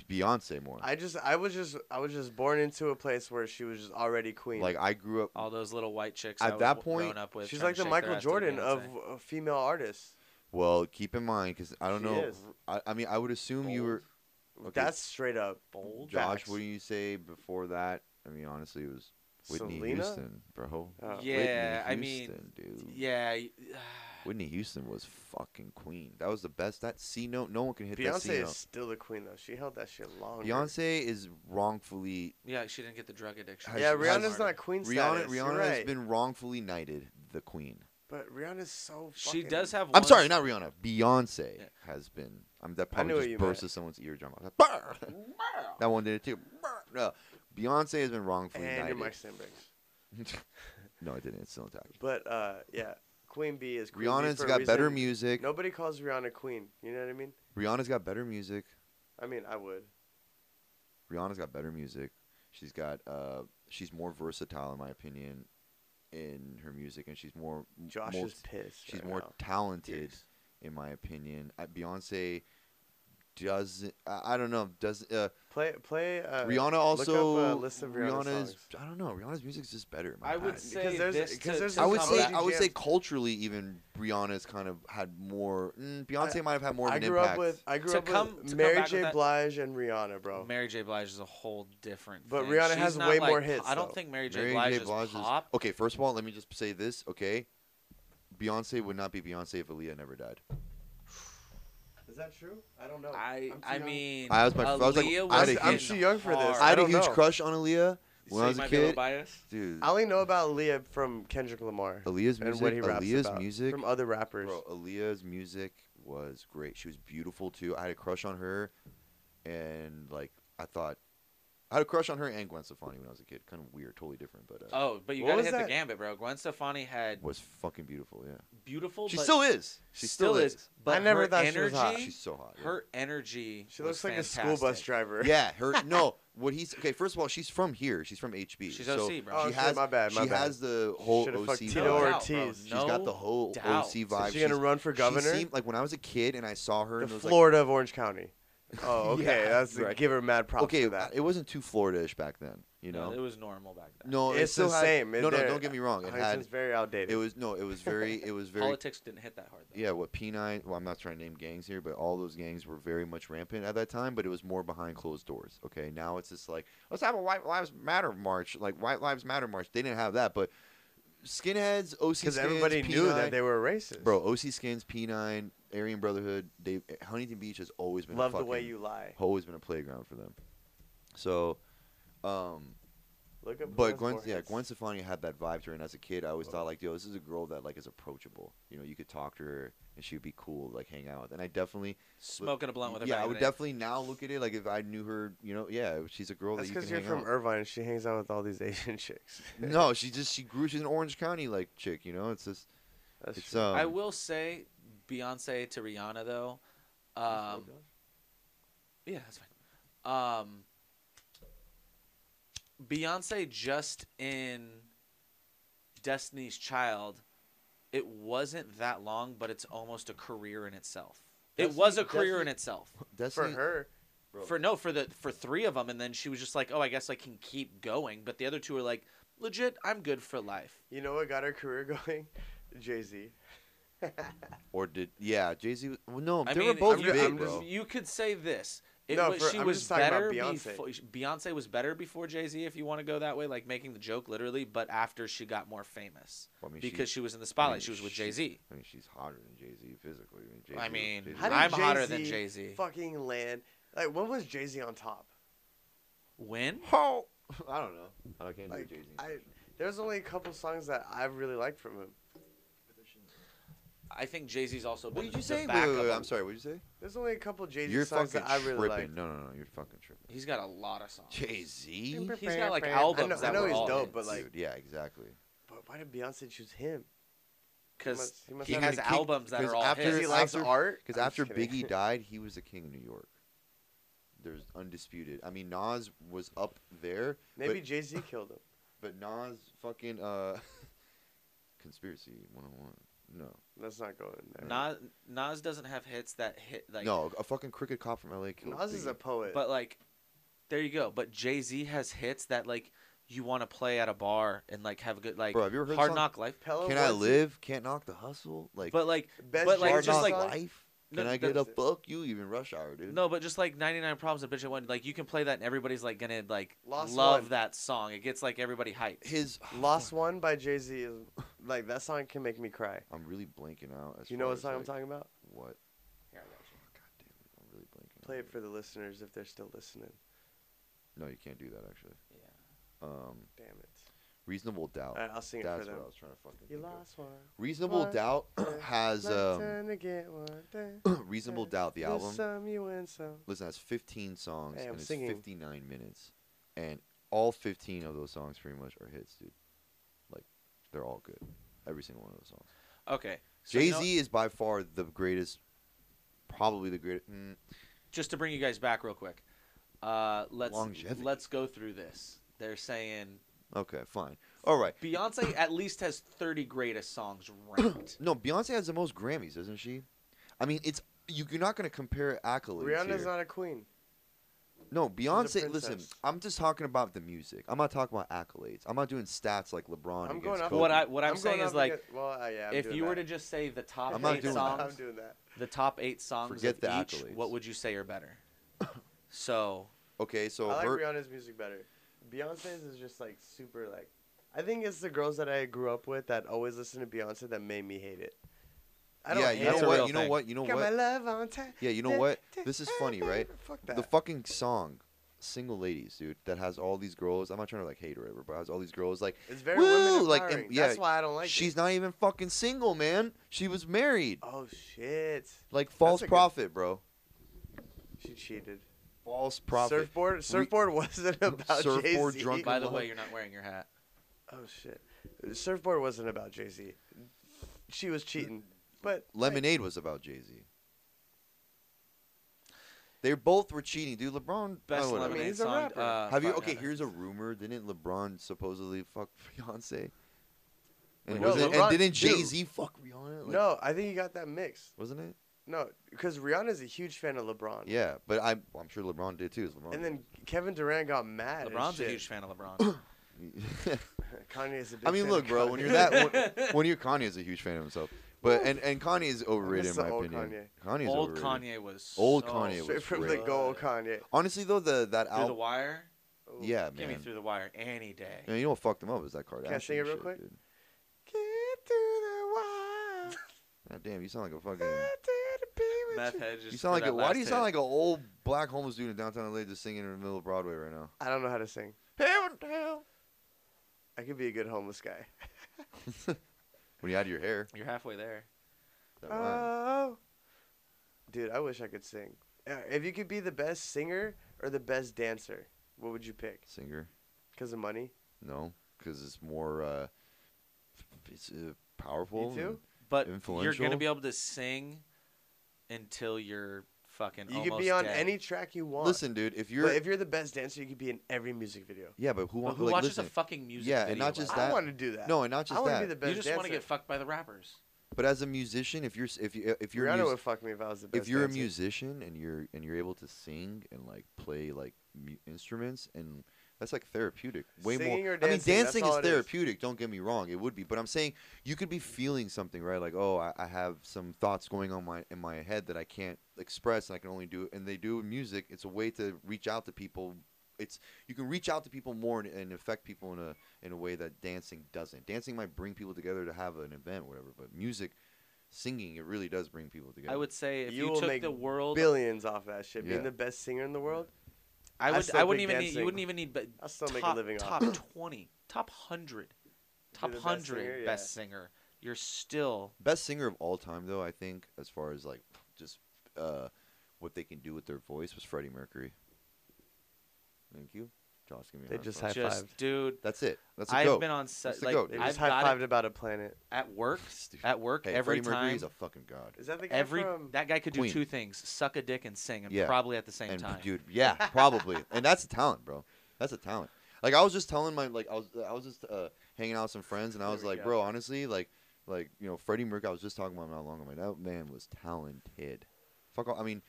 Beyonce more. I just I was just I was just born into a place where she was just already queen. like I grew up. All those little white chicks At I was that w- point, growing up with. she's trying like to the shake Michael their ass to Jordan of Beyonce. uh, female artists. Well, keep in mind because I don't She know. is. I, I mean, I would assume you were Okay. That's straight up Bold. Josh. facts. What do you say before that? I mean, honestly, it was Whitney Selena? Houston, bro. Oh. Yeah, I Whitney mean, Houston, dude. Yeah. y- Whitney Houston was fucking queen. That was the best. That C note, no one can hit that C Beyonce is note. still the queen though. She held that shit long. Beyonce is wrongfully. Yeah, she didn't get the drug addiction. Has- Yeah, has- Rihanna's not queen Rihanna. status. Rihanna Rihanna right. has been wrongfully knighted the queen. But Rihanna's so. She fucking- does have. I'm one- sorry, not Rihanna. Beyonce Yeah. has been. I'm that I knew what probably you just burst meant. of someone's eardrum. I was like, "Brr!" that one did it too. Brr! No. Beyonce has been wrongfully And your mic knighted. stand breaks. no, it didn't. It's still intact. But uh, yeah, Queen B is. Queen B Rihanna's for a got better reason. music. Nobody calls Rihanna queen. You know what I mean? Rihanna's got better music. I mean, I would. Rihanna's got better music. She's got uh she's more versatile in my opinion in her music and she's more m- Josh mul- is pissed. she's right more now. talented in my opinion. Uh, Beyonce doesn't I, I don't know, does uh, Play, play. Uh, Rihanna also Look up a list of Rihanna Rihanna's songs. I don't know, Rihanna's music's just better. in my I would eyes. say Because there's a- this because to- there's to a I would Some say college combat- I would say jams. culturally even Rihanna's kind of had more mm, Beyonce might have had more of I an grew impact. up with. I grew To up come- to with come Mary back with J. that- Blige and Rihanna, bro. Mary J. Blige is a whole different. But thing. Rihanna She's has not way like, more hits, I don't though. think Mary J. Mary Blige J. is Blige is- pop. Okay, first of all, let me just say this, okay? Beyonce would not be Beyonce if Aaliyah never died. Is that true? I don't know. I Oh, I'm too I young. mean, I was my- I was like, Aaliyah I had was a I'm hitting too young for this. hard. I had a don't huge know. crush on Aaliyah when So I you was a might be little kid. biased? Dude, I only know about Leah from Kendrick Lamar Aaliyah's and what he music, raps Aaliyah's about. music, from other rappers. bro, Aaliyah's music was great. She was beautiful too. I had a crush on her, and like I thought, I had a crush on her and Gwen Stefani when I was a kid. Kind of weird, totally different, but uh, Oh, but you What gotta was hit that? the gambit, bro. Gwen Stefani had was fucking beautiful. Yeah, beautiful. she but still is. She still, is. But I never her thought she was energy, hot. She's so hot. yeah. Her energy. she looks was like a school bus fantastic. driver. Yeah, her no. What he's okay. First of all, she's from here. She's from HB. She's so OC, bro. Oh, She shit, has. my bad, my she bad. has the whole Should've OC. fucked vibe. Tino No doubt, Ortiz. bro. She's She's got the No whole doubt. OC vibe. So she's She's- gonna run for governor. She seemed like when I was a kid and I saw her. the and it was like- Florida of Orange County. Oh, okay. Yeah, That's right. give her mad props okay, uh, for that. it wasn't too Florida-ish back then. You No, it know. was normal back then. No, it it's the still had- same. No, no, don't get me wrong. It Huntington's had. very outdated. It was no. It was very. It was very. Politics didn't hit that hard. Though. Yeah, what P9, well, I'm not trying to name gangs here, but all those gangs were very much rampant at that time, but it was more behind closed doors. Okay, now it's just like, let's have a White Lives Matter march, like White Lives Matter march. They didn't have that, but skinheads, OC skins, because everybody knew P9 that they were racist. bro, OC skins, P9, Aryan Brotherhood, they, Huntington Beach has always been love a the way fucking- you lie. always been a playground for them. So, um, Look up. who but has Gwen, more yeah, hits. Gwen Stefani had that vibe to her, and as a kid, I always thought like, yo, this is a girl that like is approachable. You know, you could talk to her, and she would be cool, like hang out with. And I definitely, Smoking a blunt with her. yeah, back I in would the day. definitely now look at it like if I knew her, you know, yeah, she's a girl That's that you because can you're hang from out. Irvine. She hangs out with all these Asian chicks. no, she just she grew. She's an Orange County like chick, you know. It's just That's it's true. um, I will say, Beyonce to Rihanna though. uh, Um, yeah, that's fine. Um, Beyonce just in Destiny's Child, it wasn't that long, but it's almost a career in itself. it Destiny- was a career in Destiny- itself. for Destiny- her. Bro. For no, for the for three of them, and then she was just like, "Oh, I guess I can keep going." But the other two are like, "Legit, I'm good for life." You know what got her career going? Jay Z. or did yeah, Jay Z. Well, no, I they mean, were both I'm ju- big, I'm bro. just- You could say this. It No, was, for- she I'm was just talking about better Beyonce. before Beyonce was better before Jay Z, if you want to go that way, like making the joke literally, but after she got more famous Well, I mean, because she- she was in the I spotlight. mean, she was with she- Jay Z. I mean, she's hotter than Jay Z physically. Jay-Z I was- mean, Jay-Z How was- did I'm hotter than Jay-Z Jay-Z. Fucking land. Like when was Jay Z on top? When? How? I don't know. Oh, I can't Like do Jay Z. I, there's only a couple songs that I really liked from him. I think Jay Z's also. What Been did you the say? Wait, backup wait, wait, of- I'm sorry. What did you say? There's only a couple Jay Z You're songs fucking that I really tripping. liked. No, no, no. You're fucking tripping. He's got a lot of songs. Jay Z. Dude, He's got like I know- albums. I that know were he's all dope, hits. but, like- yeah, exactly. But why did Beyonce choose him? because he must he have has been king- albums that because are all after- Because hits. he likes after- art. Because I'm after just kidding. Biggie died, he was the king of New York. There's undisputed. I mean, Nas was up there, maybe but- Jay Z killed him. but Nas fucking uh, conspiracy 101. No. Let's not go in there. Nas, Nas doesn't have hits that hit like no, a fucking crooked cop from LA killed. Nas is a Biggie. poet. But like, there you go. But Jay Z has hits that like you want to play at a bar and like have a good like Bro, have you ever heard the Hard song? Knock Life. Pello Can I wants it. live? Can't knock the hustle. Like But like, Best but, like, Jar hard just, knock Knock like- song? life. no, Can I the- get a fuck you even rush hour, dude? no, but just like 99 Problems of Bitch I One, like you can play that and everybody's like gonna like Lost love One. that song. It gets like everybody hyped. His Lost One by Jay Z is like that song can make me cry. I'm really blanking out. As You know far what as, song I'm like, talking about? What? oh, God damn it! I'm really blanking. Play out. it for the listeners if they're still listening. No, you can't do that actually. Yeah. Um, Damn it. reasonable doubt. Alright, I'll sing it for Oh, That's them. what I was trying to fucking. You think of. lost one. Reasonable One doubt day, has my um. turn to get one day. reasonable doubt. The Lose album. some, you win some. Listen, that's 15 songs Hey, I'm and it's singing. 59 minutes, and all 15 of those songs pretty much are hits, dude. Like, they're all good. Every single one of those songs. Okay. So Jay you Z know- is by far the greatest, probably the greatest. Mm, just to bring you guys back real quick. Uh, let's Longevity. let's go through this. They're saying okay, fine. All right. Beyonce at least has 30 greatest songs ranked. No, Beyonce has the most Grammys, doesn't she? I mean, it's you, you're not gonna compare accolades. Rihanna's here. not a queen. No, Beyonce. Listen, princess. I'm just talking about the music. I'm not talking about accolades. I'm not doing stats like LeBron. I'm against going off Kobe. what I what I'm, going saying off is like against- well, uh, yeah, I'm if doing you were to that. just say the top I'm not eight doing that. I'm songs, doing that. the top eight songs Forget of the each, accolades. what would you say are better? so Okay, so I like her, Rihanna's music better. Beyonce's is just like super like. I think it's the girls that I grew up with that always listen to Beyonce that made me hate it. I don't yeah, hate you know it. That's a what? real You know thing. what? You know Got my what? love on tap. Yeah, you know what? This is funny, right? Fuck that. The fucking song, "Single Ladies," dude, that has all these girls. I'm not trying to like hate her, or whatever, but has all these girls like it's very Woo! women Like, like and- That's yeah, why I don't like she's it. not even fucking single, man. She was married. Oh shit. Like false a good- prophet, bro. She cheated. False prophet. Surfboard. Surfboard wasn't about Surfboard Jay-Z. drunk- by the love- way, you're not wearing your hat. Oh shit. Surfboard wasn't about Jay Z. She was cheating, but Lemonade was about Jay Z. They both were cheating, dude. LeBron. Best oh, whatever. lemonade he's a song. rapper. Uh, Have you? fuck, Okay, no, no. here's a rumor. Didn't LeBron supposedly fuck Beyonce? And, Wait, no, wasn't- and LeBron- didn't dude. Jay Z fuck Rihanna? Like, no, I think you got that mixed. wasn't it? No, because Rihanna's a huge fan of LeBron. Yeah, but I'm I'm sure LeBron did too. Is LeBron? And then Kevin Durant got mad. LeBron's a and huge fan of LeBron. Kanye is a big I mean, fan look, of bro. Kanye. When you're that, when, when you're Kanye is a huge fan of himself, but and and Kanye is overrated in miss the my old opinion. Kanye's Old overrated. Kanye was Old so Kanye was straight from the great. goal, Kanye. Honestly though, the that through the album, wire. Ooh. yeah, man. Give me through the wire any day. Man, you know what fucked him up is that Kardashian. I sing it real shit, quick? dude. Get through the wire. God damn, you sound like a I fucking. dare to be with Meth you. head just You sound for like that a, why last do you sound hit. like an old black homeless dude in downtown LA just singing in the middle of Broadway right now? I don't know how to sing. Heaven, hell. I could be a good homeless guy. When you had your hair, You're halfway there. Uh, that line. Oh, dude, I wish I could sing. Uh, If you could be the best singer or the best dancer, what would you pick? singer. Because of money? No, because it's more. uh It's uh, powerful. You too? But you're gonna Influential. be able to sing until you're fucking. You could be almost on dead. any track you and- want. Listen, dude, if you're but if you're the best dancer, you could be in every music video. Yeah, but who, But wants who like, watches listen, a fucking music? yeah, and video not just like that. I want to do that. No, and not just I want that. to be the best You just dancer. want to get fucked by the rappers. But as a musician, if you're s- if you if you're a Rihanna mus- would fuck me if I was the best. if you're a dancer. musician and you're and you're able to sing and like play like mu- instruments and that's like therapeutic. Way Singing or more. I mean, dancing, that's dancing all is it is. therapeutic. Don't get me wrong; it would be. But I'm saying you could be feeling something, right? Like, oh, I, I have some thoughts going on my in my head that I can't express, and I can only do. And they do it with music. It's a way to reach out to people. It's you can reach out to people more and, and affect people in a in a way that dancing doesn't. Dancing might bring people together to have an event, whatever. But music, singing, it really does bring people together. I would say if You you, will took make the world, billions off that shit, Yeah. being the best singer in the world, I I would. still I, wouldn't pick even need. dancing. You wouldn't even need. But I'll still top, make a living off top it. twenty, top hundred, top the best hundred singer, yeah. best singer. You're still best singer of all time though i think as far as like just uh what they can do with their voice was freddie mercury thank you josh give me a They high just five. high- just, fived. dude. that's it that's a I've goat. been on set That's a like goat, they dude. just I've high got fived it about a planet. at work. Dude. At work, hey, every freddie mercury time, is a fucking god Is that the guy every from? that guy could do Queen. two things: suck a dick and sing, and Yeah. probably at the same and time. dude yeah probably and that's a talent bro that's a talent like i was just telling my like i was i was just uh hanging out with some friends and i There was we like go. bro honestly like Like you know, Freddie Mercury. I was just talking about him not long ago. man. That man was talented. Fuck. All, I mean,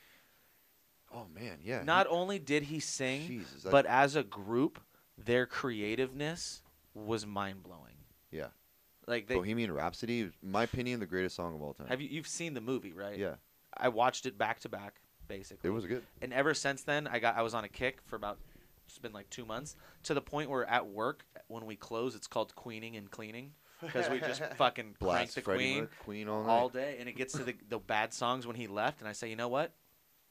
oh man, yeah. he- Not only did he sing, Jesus, I- but as a group, their creativeness was mind blowing. Yeah. Like they Bohemian Rhapsody, is, in my opinion, the greatest song of all time. have you uh, you've seen the movie, right? yeah, I watched it back to back, basically. it was good. and ever since then I got I was on a kick for about it's been like two months to the point where at work when we close it's called queening and cleaning because we just fucking crank Blast the Freddie queen Merc- Queen all night. all day and it gets to the, the bad songs when he left and I say you know what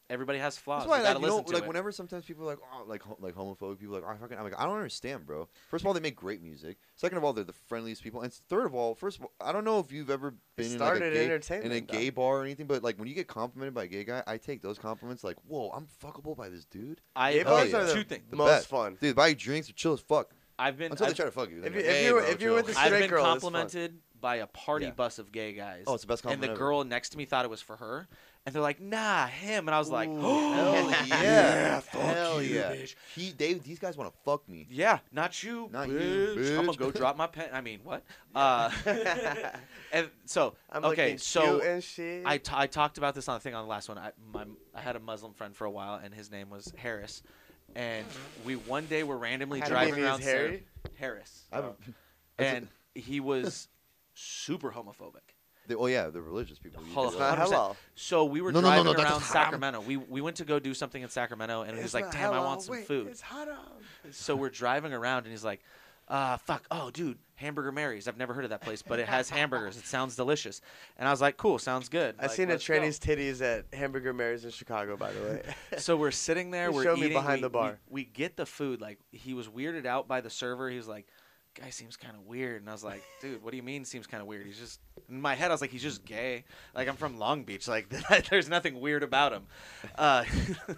everybody has flaws That's you why, like, gotta you know, listen to like it whenever sometimes people are like, oh, like, ho- like homophobic people, are like, oh, fucking, I'm like, I don't understand, bro. First of all, they make great music. Second of all, they're the friendliest people. And third of all, first of all, I don't know if you've ever been in, like, a started gay, in entertainment, a dog. gay bar or anything, but like when you get complimented by a gay guy, I take those compliments like, whoa, I'm fuckable by this dude. I Gay Hell bars yeah. are the two things The most best. fun. Dude, buy you drinks, they're chill as fuck. I've been Until I've, they try to fuck you. then If they're you- like, if "Hey, you were- bro, if you chill." were with the I've straight been girl is fun. complimented by a party Yeah. bus of gay guys Oh, it's the best and the compliment ever. girl next to me thought it was for her and they're like nah him and I was like "Oh, "Oh, Hell yeah. fuck Hell you, yeah. bitch. He, they, these guys want to fuck me. Yeah, not you. Not you, bitch. I'm gonna bitch. go drop my pen. I mean, what? Uh, and so I'm okay, looking so cute and shit. I, t- I talked about this on the thing on the last one. I, my, I had a Muslim friend for a while, and his name was Harris. And we one day were randomly Had a driving baby named around Sar- Harry? Harris, I haven't- that's and he was super homophobic. a- they- oh yeah, they're religious people. You Hol- can, It's like, not 100%. halal. So we were No, no, no, driving no, that's around haram. Sacramento. We we went to go do something in Sacramento, and he was It's like, not "Damn, I want halal. some Wait, food." It's haram. So we're driving around, and he's like, uh, fuck, oh, dude, Hamburger Mary's. I've never heard of that place, but it has hamburgers. It sounds delicious. And I was like, cool, sounds good. I Like, seen a let's go. tranny's titties at Hamburger Mary's in Chicago, by the way. So we're sitting there, He we're showed me eating. behind we, the bar. We, we get the food. Like, he was weirded out by the server. He was like, guy seems kind of weird. And I was like, dude, what do you mean seems kind of weird? He's just, in my head, I was like, he's just gay. Like, I'm from Long Beach. Like, there's nothing weird about him. Uh,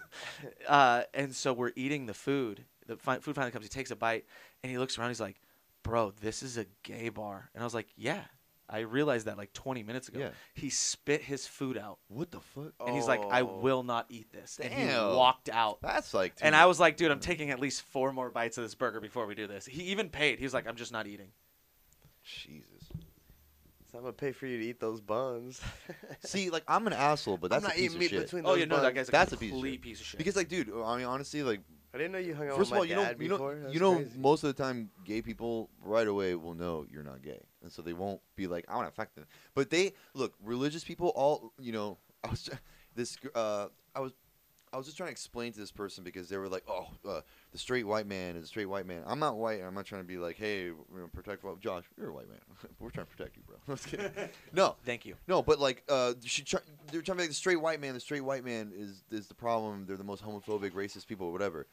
uh, and so we're eating the food. The fi- food finally comes. He takes a bite and he looks around. He's like, "Bro, this is a gay bar." And I was like, "Yeah, I realized that like 20 minutes ago." Yeah. He spit his food out what the fuck? and he's like, "I Oh. will not eat this." And he Damn. walked out. Oh, That's like. And dude, I was like, "Dude, I'm taking at least four more bites of this burger before we do this." He even paid. He was like, "I'm just not eating." Jesus. So I'm gonna pay for you to eat those buns. See, like I'm an asshole, but that's I'm a not piece eating of meat shit. between Oh, those you know buns. that guy's a That's a piece of complete shit. piece of shit. Because like, dude, I mean, honestly, like, I didn't know you hung out first with of my all, you know, dad you know, before. That's you know, crazy. most of the time, gay people right away will know you're not gay, and so they won't be like, I want to fuck them. But they look religious people. All you know, I was tr- this. gr- Uh, I was, I was just trying to explain to this person because they were like, oh, uh, the straight white man is a straight white man. I'm not white, and I'm not trying to be like, hey, you know, protect Josh. You're a white man. We're trying to protect you, bro. I'm just kidding. No, Thank you. No, but like, uh, she try, they're trying to make the straight white man. The straight white man is is the problem. They're the most homophobic, racist people, or whatever.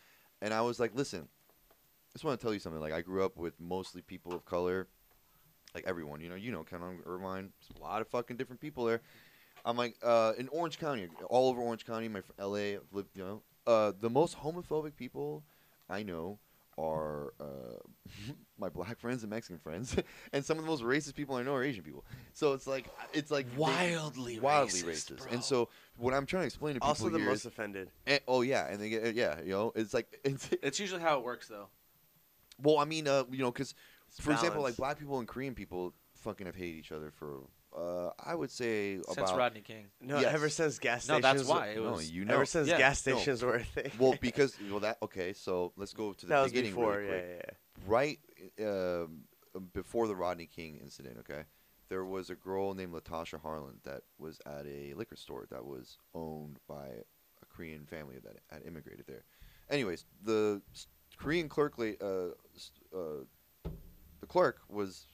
And I was like, listen, I just want to tell you something. Like, I grew up with mostly people of color, like everyone. You know, you know, kind of Irvine. There's a lot of fucking different people there. I'm like, uh, in Orange County, all over Orange County, my fr- L.A. I've lived, you know, uh, the most homophobic people I know are uh, my black friends and Mexican friends, and some of the most racist people I know are Asian people. So it's like, it's like they- Wildly wildly racist, racist. bro. And so what I'm trying to explain to people also the here most is- offended. eh, oh yeah, and they get yeah, you know, it's like, it's, It's usually how it works, though. well, I mean, uh, you know, because It's for example, balance. like black people and Korean people fucking have hated each other for. Uh, I would say Since about Rodney King. No, Yes. ever since gas No, stations. that's why it no, was. you know, Ever since Yeah. gas No. stations were a thing. well, because well that okay. So let's go to the that was beginning before. really yeah, quick. yeah, yeah. Right um, before the Rodney King incident, okay, there was a girl named Latasha Harlan that was at a liquor store that was owned by a Korean family that had immigrated there. Anyways, the s- Korean clerk, la- uh, s- uh, the clerk was,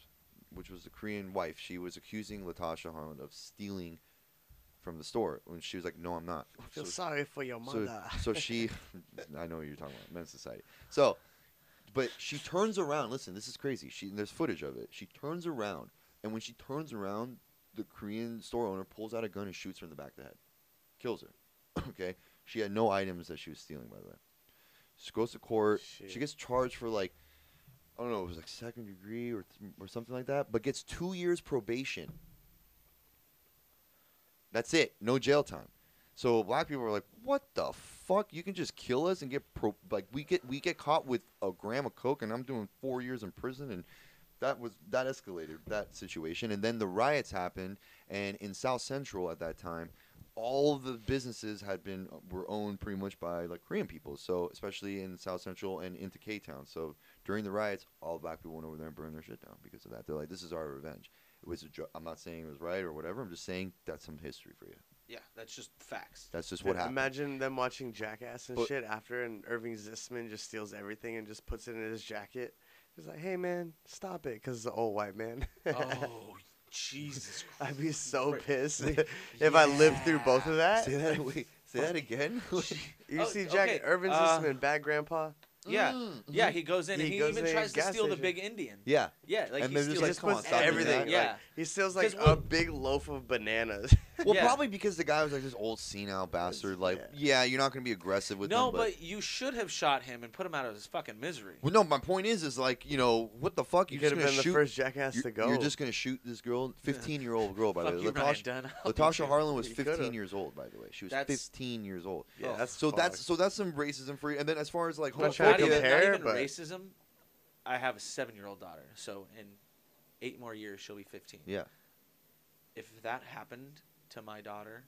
which was the Korean wife. She was accusing Latasha Harlan of stealing from the store when she was like, "No, I'm not." I feel So sorry for your so, mother. so she, I know what you're talking about, men's society. So, but she turns around. Listen, this is crazy. She and there's footage of it. She turns around, and when she turns around, the Korean store owner pulls out a gun and shoots her in the back of the head, kills her. okay, she had no items that she was stealing, by the way. She goes to court. She Shit. gets charged for like, I don't know, it was like second degree or th- or something like that, but gets two years probation. That's it. No jail time. So black people were like, "What the fuck? You can just kill us and get pro- like we get we get caught with a gram of coke, and I'm doing four years in prison and that was that escalated that situation, and then the riots happened, and in South Central at that time, all of the businesses had been uh, were owned pretty much by like Korean people. So especially in South Central and into K Town. So during the riots, all black people went over there and burned their shit down because of that. They're like, this is our revenge. It was a ju- I'm not saying it was right or whatever. I'm just saying that's some history for you. Yeah, that's just facts. That's just what happened. Imagine them watching Jackass and But- shit after, and Irving Zisman just steals everything and just puts it in his jacket. He's like, "Hey man, stop it," because it's an old white man. oh, Jesus I'd be so Christ. pissed if I lived through both of that. Say that. Wait, say that again. You Oh, see, Jack okay, Irving uh, Zisman, bad grandpa. Yeah, Mm, yeah. He goes in He and he goes in even a tries to gas steal the station. big Indian. yeah. Yeah, like And he they're just steals like, just come on, puts stop doing everything. that. Yeah. Like, he steals like 'Cause a what- big loaf of bananas. Well, Yeah. probably because the guy was like this old senile bastard. Like, yeah, you're not gonna be aggressive with no, them, but you should have shot him and put him out of his fucking misery. well, no. My point is, is like, you know, what the fuck? you You're could have just gonna been the shoot. first jackass you're, to go. you're just gonna shoot this girl, 15 year old girl, by the Fuck way. you, Ryan uh, Latasha, Dunn. Latasha Harlan was You 15 could've. years old, by the way. She was That's- 15 years old. yeah, Oh. that's So that's fucked. so that's some racism for you. And then as far as like I'm not trying not, to even, homophobia, compare. not even but- racism. I have a seven-year-old daughter, so in eight more years she'll be fifteen. yeah, If that happened to my daughter,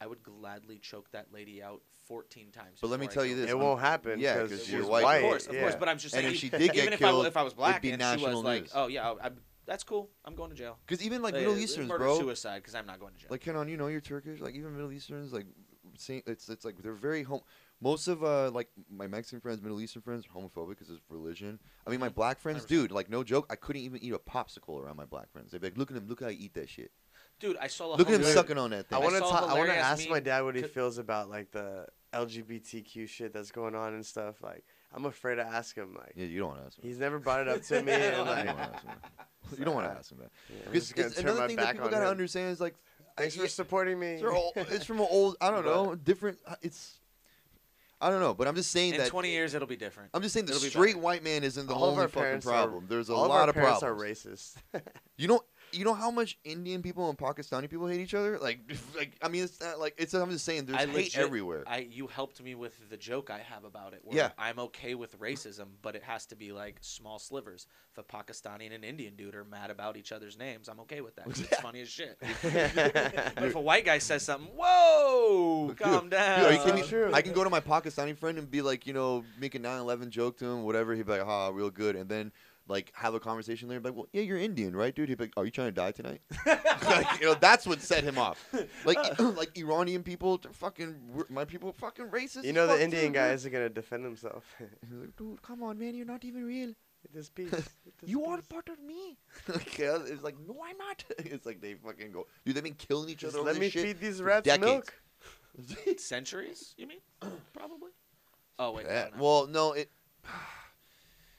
I would gladly choke that lady out fourteen times. But let me before I tell you killed this, it I'm- won't happen yeah, because 'cause you're you're white. white. Of course, of yeah. course. But I'm just And saying, if she did even get if killed, I, if I was it'd black be and she was national like, news. "Oh yeah, I, I, that's cool. I'm going to jail." because even like Uh, Middle Easterns, murder bro. suicide because I'm not going to jail. Like, Kenon, you know you're Turkish. Like, even Middle Easterns, like, saying it's it's like they're very home. Most of uh like my Mexican friends, Middle Eastern friends, are homophobic because of religion. I mean, my Mhm. black friends, 100%. dude, like no joke, I couldn't even eat a popsicle around my black friends. They'd be like, look at him, look how he eat that shit. dude, I saw a Look at him Dude, homeless- sucking on that I thing. I want to. saw a I want to hilarious ask my meme. dad what he Could- feels about like the LGBTQ shit that's going on and stuff. Like, I'm afraid to ask him. Like, yeah, you don't want to ask me. he's never brought it up to me. and that. You like, don't wanna ask him that. You don't want to ask him that. yeah, I'm Because just gonna it's turn another my thing that back people on gotta him. understand is like, Thanks yeah, for supporting me. it's, from old, it's from an old. I don't But- know, different. It's, I don't know, but I'm just saying In that. 20 years, itll be different. I'm just saying the It'll be straight better. white man isn't the All of only our fucking parents are- problem. There's a All of lot our of parents problems. are racist. You know, you know how much Indian people and Pakistani people hate each other. Like, like I mean, it's not like it's. I'm just saying, there's I hate legit- everywhere. I you helped me with the joke I have about it. Where Yeah. I'm okay with racism, but it has to be like small slivers. If a Pakistani and an Indian dude are mad about each other's names, I'm okay with that. 'cause It's funny as shit. but if a white guy says something, whoa, Dude, calm down. Dude, are you kidding me? That's true. I can go to my Pakistani friend and be like, you know, make a 9/11 joke to him, whatever. He'd be like, "Ha, real good," and then like have a conversation later. Be like, well, yeah, you're Indian, right, dude? He'd be like, "Are you trying to die tonight?" like, you know, that's what set him off. Like, like Iranian people, they're fucking my people, fucking racist. you as know fuck, the Indian dude, guy dude. isn't gonna defend himself. He's like, dude, come on, man, you're not even real. this piece. This You are piece. part of me. Like, yeah, it's like, no, I'm not. It's like they fucking go, dude. They've been killing each Just other. over let this me shit. feed these for rats decades. milk. Centuries? You mean? Probably. Oh wait. Yeah, no, no. Well, no, it.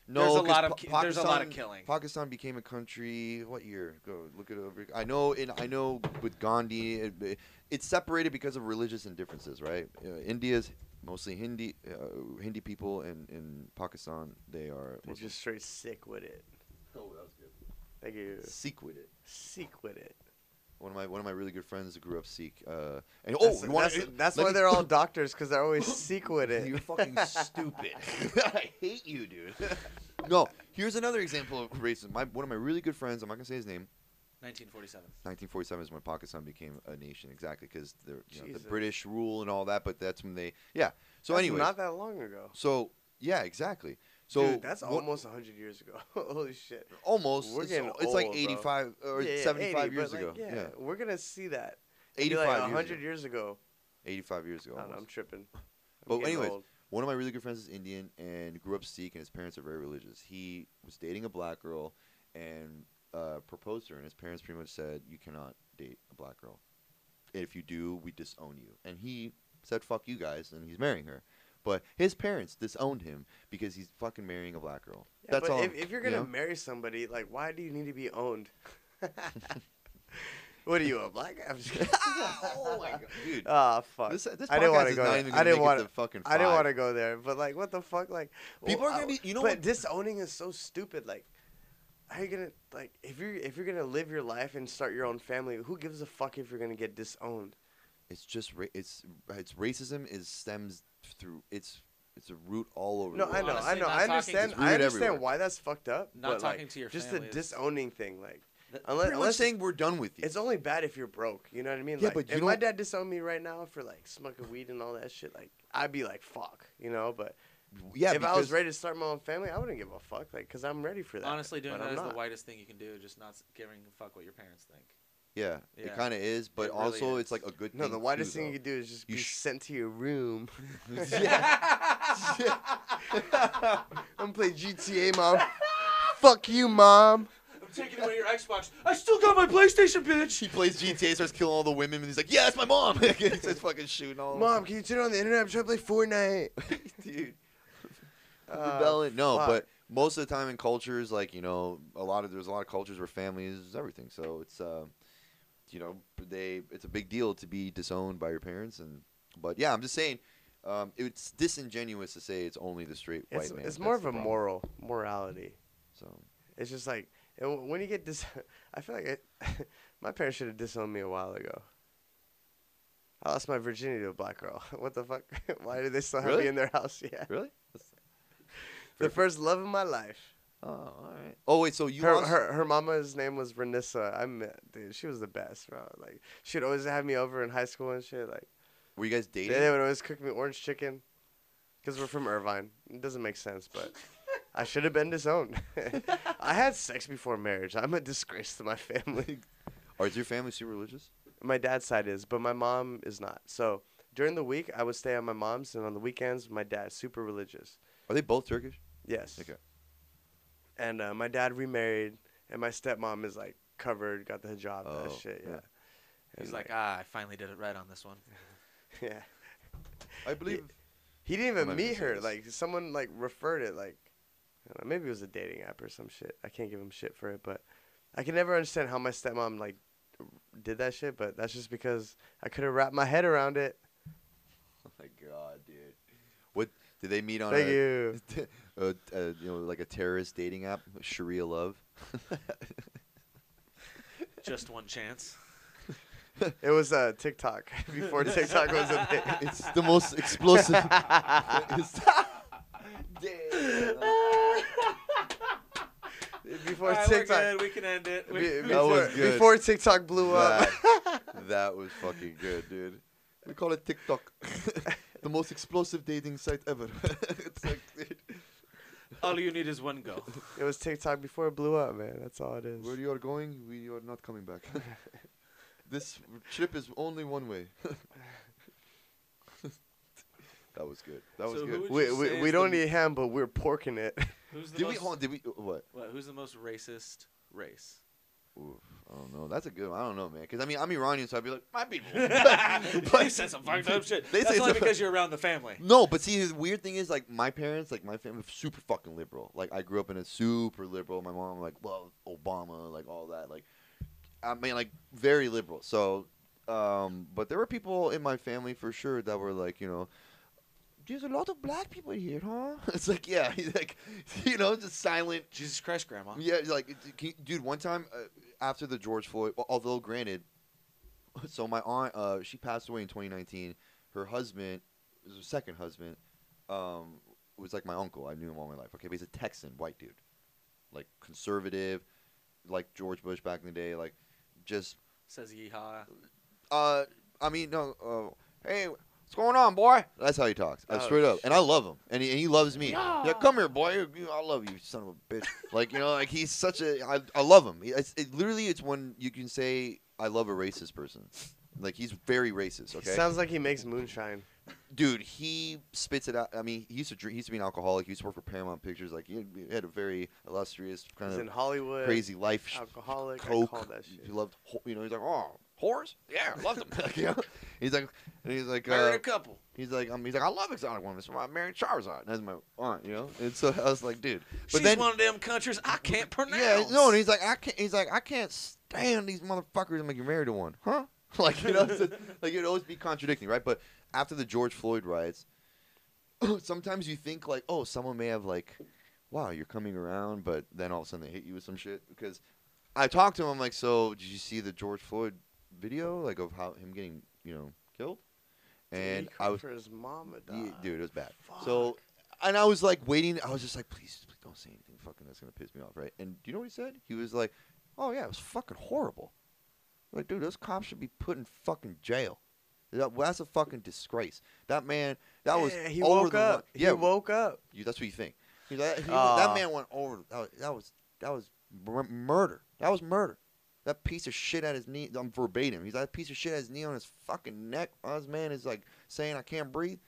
No, There's a 'cause lot of Pa- ki- there's a lot of Pakistan- killing. Pakistan became a country. What year? Go look it over. I know. In I know with Gandhi, it, it- it's separated because of religious indifferences, right? Uh, India's mostly Hindi, uh, Hindi people, and in Pakistan they are They're just straight sick with it. oh, that was good. They get Sikh with it. sick with it. One One of my one of my really good friends grew up Sikh. Uh, and oh, That's, you wanna- that's, that's let why me- they're all doctors because they're always sick with it. You're fucking stupid. I hate you, dude. no, here's another example of racism. My, one of my really good friends, I'm not gonna say his name. 1947. 1947 is when Pakistan became a nation, exactly, because you know, the Jesus. British rule and all that. But that's when they, yeah. So That's anyway, not that long ago. so yeah, exactly. So Dude, that's what- almost almost 100 years ago. Holy shit. almost. we're it's, getting al- it's like old, bro. 85 or Yeah, yeah, 75 80, years but, ago. like, yeah. we're gonna see that. It'd be like 85 years 100 ago. years ago. 85 years ago. I don't know, almost. I'm tripping. I'm But getting anyways, old. one of my really good friends is Indian and grew up Sikh, and his parents are very religious. He was dating a black girl and uh, proposed to her, and his parents pretty much said, "You cannot date a black girl. If you do, we disown you." And he said, "Fuck you guys," and he's marrying her. But his parents disowned him because he's fucking marrying a black girl. Yeah, That's but all. If, if you're you gonna know? marry somebody, like, why do you need to be owned? what are you, a black guy? I'm just kidding. oh my god, dude. oh, fuck. This, this I didn't podcast wanna is go not there. even I gonna didn't make wanna- it to fucking I didn't five. want to go there, but like, what the fuck? Like, People are I- gonna be- you know But what- disowning is so stupid. Like, how are you gonna like if you're if you're gonna live your life and start your own family? Who gives a fuck if you're gonna get disowned? it's just ra- it's it's racism is stems through it's It's a root all over. No, the I world. know, I Honestly, know, not I talking- understand. It's I rude understand everywhere. why that's fucked up. Not but, talking like, to your just family the is- disowning thing, like That- unless, Pretty much unless saying we're done with you. it's only bad if you're broke. You know what I mean? Yeah, like, but you if my don't- dad disowned me right now for like smoking weed and all that shit, like I'd be like, fuck, you know. But yeah, if because I was ready to start my own family, I wouldn't give a fuck, like, cause I'm ready for that. Honestly, doing but that I'm is the not. whitest thing you can do. Just not s- giving a fuck what your parents think. yeah, Yeah. it kind of is, but It really also is. it's like a good No, thing. the to whitest do, thing though. you could do is just You be sh- sent to your room Yeah. and play GTA, mom. fuck you, mom. I'm taking away your Xbox. I still got my PlayStation, bitch. He plays GTA, starts killing all the women, and he's like, "Yeah, that's my mom." he starts fucking shooting all. of Mom, can you turn on the internet? I'm trying to play Fortnite. them. dude. Uh, rebelling. No, fuck. but most of the time in cultures, like you know, a lot of there's a lot of cultures where family is everything. So it's, uh, you know, they it's a big deal to be disowned by your parents. And but yeah, I'm just saying, um, it's disingenuous to say it's only the straight white It's, man. it's more That's of the a problem. moral morality. So It's just like it- when you get dis. I feel like it, my parents should have disowned me a while ago. I lost my virginity to a black girl. What the fuck? Why do they still have Really? me in their house? Yeah, really, the first love of my life. oh, all right. Oh wait, so you her, lost- her her mama's name was Renissa. I met dude. She was the best, bro. Like she'd always have me over in high school and shit. Like were you guys they, dating? they would always cook me orange chicken, cause we're from Irvine. It doesn't make sense, but I should have been disowned. I had sex before marriage. I'm a disgrace to my family. Or is your family super religious? My dad's side is, but my mom is not. So during the week, I would stay at my mom's, and on the weekends, my dad's super religious. Are they both Turkish? Yes. Okay. And uh, my dad remarried, and my stepmom is like covered, got the hijab, that Oh, shit. Yeah. yeah. And, He's like, ah, I finally did it right on this one. yeah. I believe. He didn't I'm even not meet gonna say her. this. Like someone like referred it. Like I don't know, maybe it was a dating app or some shit. I can't give him shit for it, but I can never understand how my stepmom like did that shit. But that's just because I could have wrapped my head around it. Oh my god, dude. What did they meet on? Thank a- you. uh, uh, you know, like a terrorist dating app, Sharia Love. Just one chance. It was uh, TikTok before TikTok was a thing. it's the most explosive. it's Before All right, we're TikTok. good. We can end it. be- We- we- before, was good. before TikTok blew up. That, that was fucking good, dude. We call it TikTok, the most explosive dating site ever. it's like, dude, all you need is one go. it was TikTok before it blew up, man. That's all it is. where you are going, we you are not coming back. this trip is only one way. that was good. That was So who good. would we you say we, we is don't the- need ham, but we're porking it. Who's the Did most, we? Hold on, did we? What? what, who's the most racist race? Oof, I don't know. That's a good one. I don't know, man. Because I mean, I'm Iranian, so I'd be like, my people. you said some fucked up shit. They That's say only so- because you're around the family. no, but see, the weird thing is, like, my parents, like, my family, super fucking liberal. Like, I grew up in a super liberal. My mom, like, well, Obama, like, all that. Like, I mean, like, very liberal. So, um, but there were people in my family for sure that were like, you know. There's a lot of black people here, huh? It's like, yeah, like, you know, just silent, Jesus Christ, Grandma. Yeah, like, it- can you- dude, one time uh, after the George Floyd, well, although granted, so my aunt, uh, she passed away in 2019. Her husband, it was her second husband, um, was like my uncle. I knew him all my life. Okay, but he's a Texan, white dude, like conservative, like George Bush back in the day, like just Says yeehaw. uh, I mean, no, uh, hey, what's going on, boy? That's how he talks, uh, Oh, straight up. And I love him, and he, and he loves me. Yeah. Yeah, come here, boy. You- you- I love you, son of a bitch. like you know, like he's such a. I, I love him. He- It's, it literally, it's when you can say I love a racist person. Like he's very racist. Okay, Sounds like he makes moonshine. dude, he spits it out. I mean, he used to drink. He used to be an alcoholic. He used to work for Paramount Pictures. Like he had a very illustrious kind He's in of Hollywood. crazy life. sh- Alcoholic. I call coke. that shit. He loved, ho- you know. He's like, oh, whores. Yeah, I love them. Like, you know? He's like, and he's like, Married uh, a couple. he's like, um, he's like, I love exotic women. So I married Charizard. That's my aunt, you know. And so I was like, dude. But She's then, one of them countries I can't pronounce. yeah, no. And he's like, I can't. He's like, I can't stand these motherfuckers. I'm like, you're married to one, huh? like you know, it's just- like it'd always be contradicting, right? But after the George Floyd riots, sometimes you think like, oh, someone may have like, wow, you're coming around, but then all of a sudden they hit you with some shit because I talked to him. I'm like, so did you see the George Floyd video, like of how him getting, you know, killed? and he I cooked was for his mama, yeah, dog. dude, it was bad. So, and I was like waiting. I was just like, please, please don't say anything. Fucking, that's gonna piss me off, right? And do you know what he said? He was like, oh yeah, it was fucking horrible. I'm like, dude, those cops should be put in fucking jail. That, that's a fucking disgrace. That man, that was Yeah, he over woke the up. Line. Yeah, he woke up. you, that's what you think. Uh, He, that, he- Aw. that man went over. the- That was that was, that was mur- murder. That was murder. That piece of shit at his knee. I'm verbatim. He's like, that piece of shit at his knee on his fucking neck. While this man is like saying, "I can't breathe."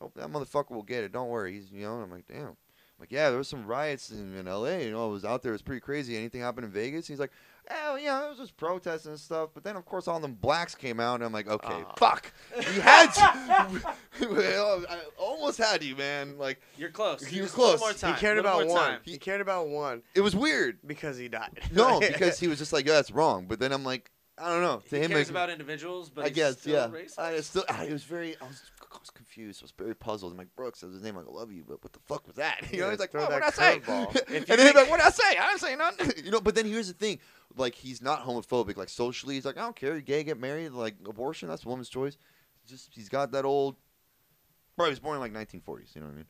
Hope that motherfucker will get it. Don't worry. He's you know. and I'm like, damn. I'm like, yeah, there was some riots in, in L.A. You know, I was out there. It was pretty crazy. Anything happened in Vegas? He's like, oh yeah, it was just protests and stuff. But then of course all them blacks came out, and I'm like, okay, Aw. fuck. You had to. Well, I almost had you, man. Like. You're close. You were Just a little close. More He time. he cared little about more one. time. He cared about one It was weird. because he died. No, because he was just like, yeah, that's wrong. But then I'm like, I don't know. To He him, cares it- about individuals, but I he's guess, still yeah. racist. I still, I was very, I was, I was confused. I was very puzzled. I'm like, Brooks, that was his name. Like, I love you, but what the fuck was that? You know, Yeah, he's like, throw what that did I say? curveball. If and you then he's think- like, what did I say? I didn't say nothing. You know, but then here's the thing. Like, he's not homophobic. Like, socially, he's like, I don't care. You're gay, get married. Like, abortion, that's a woman's choice. Just, he's got that old, bro, he was born in like 1940s. You know what I mean?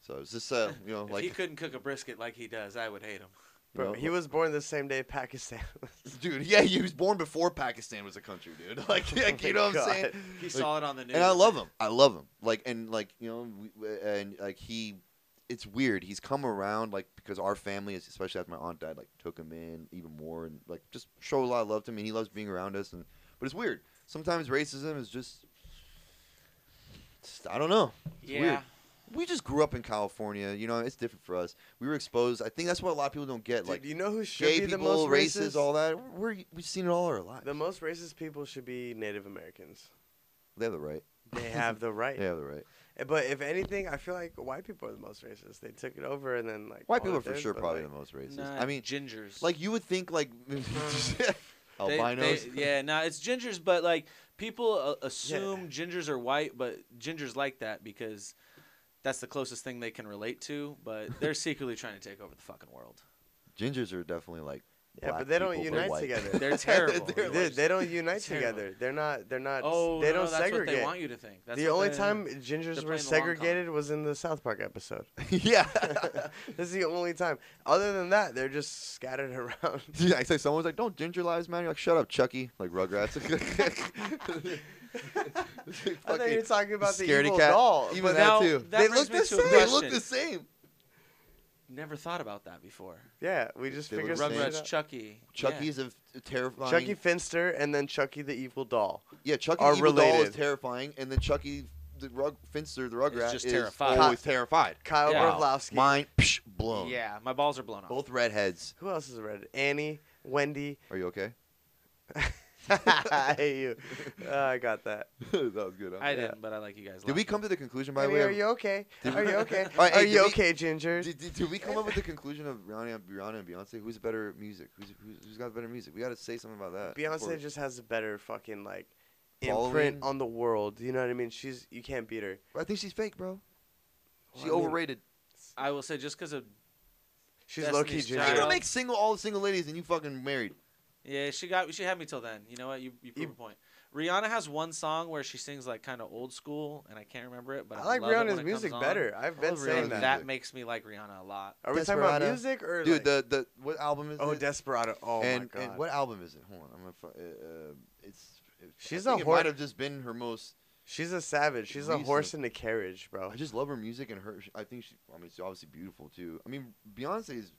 So it's just, uh, you know, if like, he couldn't cook a brisket like he does, I would hate him. you know, Bro, he was born the same day Pakistan. was. Dude, yeah, he was born before Pakistan was a country, dude. Like, like, you know what I'm God. saying? Oh He Like, saw it on the news. And I love him. I love him. Like, and like you know, we, and like he, it's weird. He's come around, like because our family, is, especially after my aunt died, like took him in even more, and like just show a lot of love to him. And he loves being around us. And but it's weird. Sometimes racism is just, just- I don't know. It's Yeah. weird we just grew up in California. You know, it's different for us. We were exposed. I think that's what a lot of people don't get. Dude, like you know who should gay be the people, most races, racist? all that. We're, we've seen it all our lives. the most racist people should be Native Americans. they have the right. They have the right. They have the right. But if anything, I feel like white people are the most racist. They took it over and then like White called people are it for theirs, sure but, probably like, the most racist. Nah, I mean, gingers. like you would think like They- they- albinos. yeah, no, it's gingers, but like people uh, assume Yeah. gingers are white, but gingers like that because that's the closest thing they can relate to. But they're secretly trying to take over the fucking world. Gingers are definitely like. Yeah, black but they don't people, but unite white. together. They're terrible. They're They, like- they don't unite Terrible. together. They're not. They're not. Oh, they no, don't that's segregate. what they want you to think. That's the what only they- time they're gingers playing were the long con. segregated was in the South Park episode. yeah. this is the only time. Other than that, they're just scattered around. yeah. It's like someone's like, "Don't ginger lives matter." You're like, "Shut up, Chucky!" Like Rugrats. I thought you were Fucking talking about the scaredy evil cat. doll. Even but that now, too. that They brings look me the to a same. they look the question. same. Never thought about that before. yeah, we just They look figured the same. something Rugrats, out. Chucky. Chucky's a f- terrifying. Chucky Finster and then Chucky the evil doll. Yeah, Chucky are the Evil Doll is related. terrifying, and then Chucky the Rug Finster the Rugrat just is terrified. always terrified. Kyle Yeah. Broflowski. Mine psh, Yeah. blown. yeah, my balls are blown off. Both redheads. Who else is red? Annie, Wendy. Are you okay? I hate you. Uh, I got that. that was good. Huh? I Yeah. didn't, but I like you guys. Did we laughing. come to the conclusion by the Annie, way? are of- you okay? Did Are we- you okay? All right, hey, Are you did we- okay, Ginger? Did, did, did we come up with the conclusion of Rihanna, Rihanna and Beyonce? Who's better music? Who's, who's, who's got better music? We got to say something about Uh, that. before- Beyonce just has a better fucking like Following? imprint on the world. You know what I mean? She's you can't beat her. I think she's fake, bro. Well, She I mean, overrated. I will say just because of She's Destiny's low key ginger. Child. You Yeah. don't make single all the single ladies, and you fucking married. yeah, she got she had me till then. You know what? You you prove You- a point. Rihanna has one song where she sings like kind of old school, and I can't remember it. But I, I like love it when Rihanna's it music comes on. better. I've been love saying Rihanna's And that. that music. makes me like Rihanna a lot. Are we talking about Desperado. music or Dude, like- the the what album is oh it? Desperado? Oh and, my god. and what album is it? Hold on, I'm gonna. Find, uh, uh, it's. it- She's I a think It hor- might have just been her most. She's a savage. She's a horse Reason- in a carriage, bro. I just love her music and her. I think she. I mean, she's obviously beautiful too. I mean, Beyonce is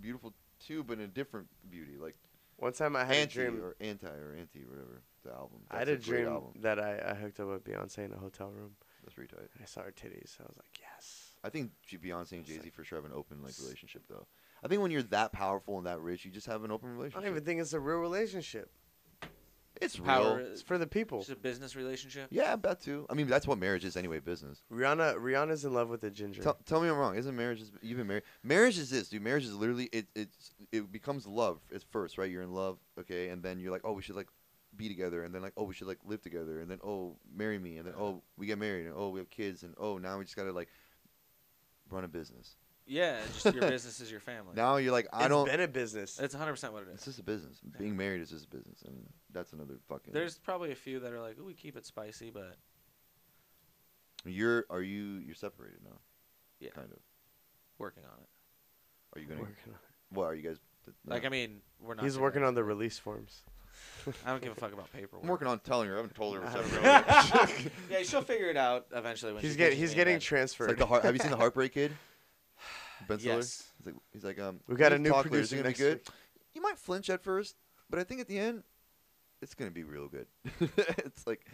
beautiful too, but in a different beauty, like One time I had a anti dream. or anti or anti whatever the album. I had a That's great dream Album. that I, I hooked up with Beyonce in a hotel room. That's pretty tight. And I saw her titties. I was like, yes. I think she- Beyonce and It's Jay Z like- for sure have an open like relationship though. I think when you're that powerful and that rich, you just have an open I relationship. don't even think it's a real relationship. it's Power. real. It's for the people. Just a business relationship. Yeah, I bet too. I mean, that's what marriage is anyway. Business. Rihanna Rihanna's in love with a ginger. Tell, tell me I'm wrong. Isn't marriage is you've been married? Marriage is this, dude. Marriage is literally it. It's it becomes love at first, right? You're in love, okay, and then you're like, oh, we should like be together, and then like, oh, we should like live together, and then oh, marry me, and then oh, we get married, and oh, we have kids, and oh, now we just gotta like run a business. Yeah, just your business is your family. Now you're like, I It's don't. been a business. That's 100% what it It's is. just a business. Being married is just a business, and that's another fucking. There's probably a few that are like, "Ooh, we keep it spicy, but You're are you you're separated now? Yeah. Kind of. working on it." Are you gonna? Working on- What are you guys? Like, I mean, we're not. He's together. working on the release forms. I don't give a fuck about paperwork. I'm working on telling her. I haven't told her what's I up. bro. Yeah, she'll figure it out eventually. When He's she getting catches he's me in getting bed. It's transferred. like the heart. Have you seen the Heartbreak Kid? Ben Stiller. Yes. He's like, he's like, um, We've got you a new talk, but producer It's gonna be next good. week. You might flinch at first, but I think at the end, it's gonna be real good. it's like,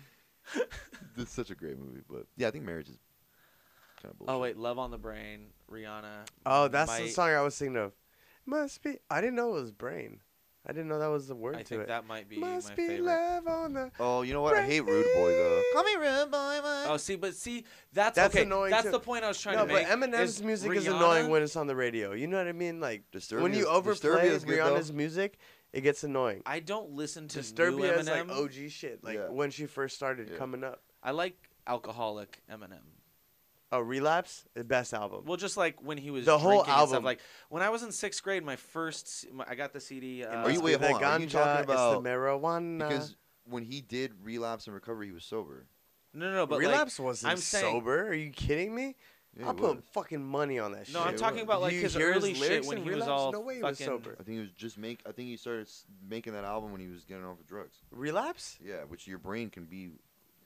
this is such a great movie. But yeah, I think marriage is kind of bullshit. Oh wait, Love on the Brain, Rihanna. Oh, that's the might- song I was thinking of. Must be. I didn't know it was brain. I didn't know that was the word I to think it. that might be my Must be favorite. love on the. Oh, you know what? I hate Rude Boy though. Brain. Call me Rude Boy. man. Oh, see, but see, that's, That's okay. annoying, that's too. the point I was trying No, to but make. Eminem's is music is Rihanna- annoying when it's on the radio. You know what I mean? Like when Disturbia- you overplay Disturbia is good, though. Rihanna's music, it gets annoying. I don't listen to new Disturbia Eminem. is like OG shit, like Yeah. when she first started Yeah. coming up. I like alcoholic Eminem. Oh, Relapse, the best album. Well, just like when he was The whole drinking and stuff. album. Like when I was in sixth grade, my first C- my, I got the CD. Uh, It Are you- must wait, be hold the on, are you ganja, talking about- It's the marijuana. because when he did relapse and recover, he was sober. No, no, no. But like, Relapse wasn't I'm saying- sober. Are you kidding me? Yeah, I he put was. fucking money on that shit. No, I'm Shit, talking what? about like You his hear his early shit lyrics when in he was Relapse? all No way he was fucking. sober. I think he was just make. I think he started s- making that album when he was getting off of drugs. Relapse? Yeah, which your brain can be.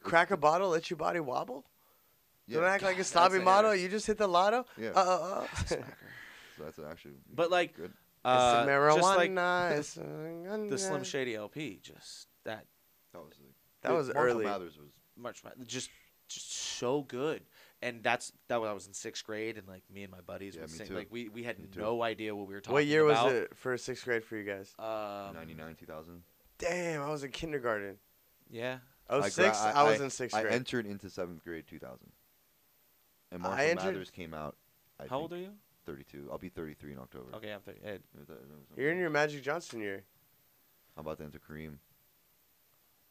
Crack a bottle, let your body wobble? Yeah, Don't act like a that's a snobby hitter. motto. You just hit the lotto? yeah. Uh, uh, uh. it's so that's actually. But, like, good. Uh, the marijuana. Just like it's a- the Slim Shady LP, just that That was, like, That was Marshall early. Mathers was. March Mad- just just so good. And that's that was I was in sixth grade and like me and my buddies Yeah, would me sing too. like we, we had Me too. no idea what we were talking about. What year was it for sixth grade for you guys? Um, 99, 2000. Damn, I was in kindergarten. Yeah. Oh, gra- six? I, was in sixth I grade. entered into seventh grade 2000. And I Marshall entered- Mathers came out. I How old think, are you? 32. I'll be 33 in October. Okay, I'm thirty. eh, Is that- is that You're in something? your Magic Johnson year. I'm about to enter Kareem,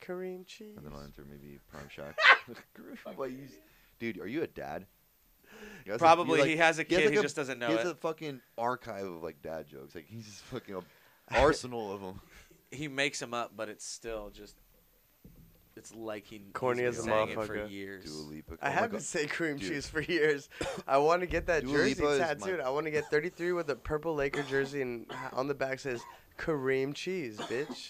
Kareem Cheese. and then I'll enter maybe Prime Shaq. Kareem, like, you- dude, are you a dad? You guys- Probably you, like, he has a he kid. has, He, like, a- just doesn't know he has it. a fucking archive of like dad jokes. Like he's just fucking a arsenal of them. he makes them up, but it's still just. It's like he Corny he's as a been saying it for motherfucker. E. years. Dua Lipa. I oh my have God. been saying cream Dude. cheese for years. I want to get that Dua jersey Lipa is my- tattooed. I want to get 33 with a purple Laker jersey and on the back says Kareem Cheese, bitch.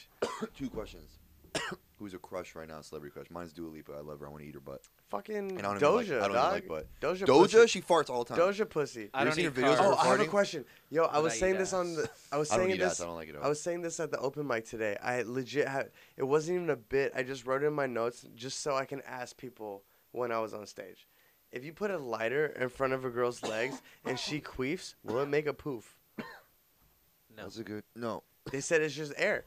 two questions. Who's a crush right now? Celebrity crush. Mine's Dua Lipa. I love her. I want to eat her butt. Fucking And I don't Doja, even like, I don't dog. even like Doja, butt. Doja, pussy. she farts all the time. Doja pussy. I You don't seen need her videos of Oh, her carbs. I have a farting? question. Yo, I But was I eat saying this on the. ass. I was I don't saying eat ass. this. I don't like it. at I all. was saying this at the open mic today. I legit had it wasn't even a bit. I just wrote it in my notes just so I can ask people when I was on stage. If you put a lighter in front of a girl's legs and she queefs, will it make a poof? No. That's a good. No. They said it's just air.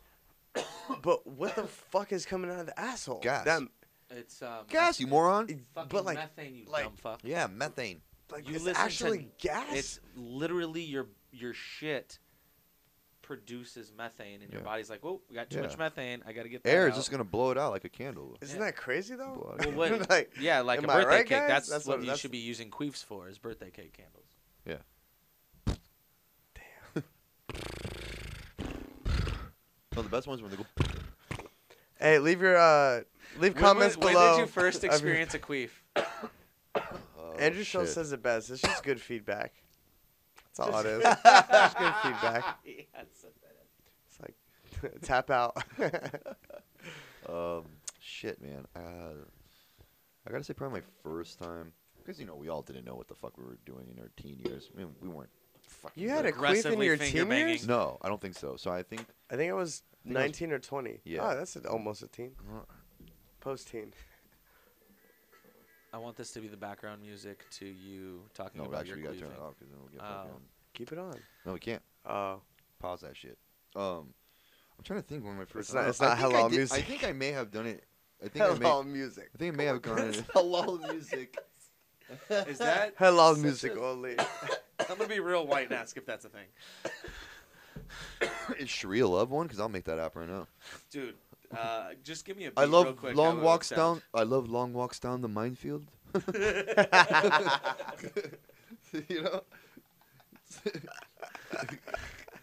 But what the fuck is coming out of the asshole? Gas. That, It's um. Gas, you moron. it- Fucking but like, methane, you like- dumb fuck. Yeah, methane. like You it's listen to- actually gas. It's literally your your shit produces methane, and your Yeah. body's like, "Whoa, we got too Yeah. much methane. I got to get that Air is out." just gonna blow it out like a candle. Isn't yeah. that crazy though? Blood. Well, what- like, yeah, like Am a I birthday right, cake. guys? That's, That's what, what- you that's- should be using queefs for is birthday cake candles. No, the best ones when they go. hey, leave your uh, leave When comments was- when, below. did you first of your- experience a queef? Oh, Andrew Schultz shit. says it best. It's just good feedback. That's all Just- it is. Just good feedback. Yes. It's like tap out. Um, shit, man. Uh, I gotta say, probably my first time, because you know we all didn't know what the fuck we were doing in our teen years. I mean, we weren't fucking. you had a good. queef in Aggressively your finger teen banging. years? No, I don't think so. So I think I think I was think I was- 19 or 20. Yeah. Oh, that's a, almost a teen. Post teen. I want this to be the background music to you talking no, about actually, your we gotta turn it queefing. off because then we'll get Oh. fucking. Keep it on. No, we can't Oh. pause that shit. Um, I'm trying to think when my first. It's not- I it's not think I Hello did- I Music. think I may have done it. I think I may. Hello I music. think I may have gone. It's Hello music. Is that? Hello such music a- only. I'm gonna be real white and ask if that's a thing, Is Sharia Love one? Because I'll make that app right now. dude. Uh, just give me a beat I real love quick, how it long would walks sound. down. I love long walks down the minefield. you know.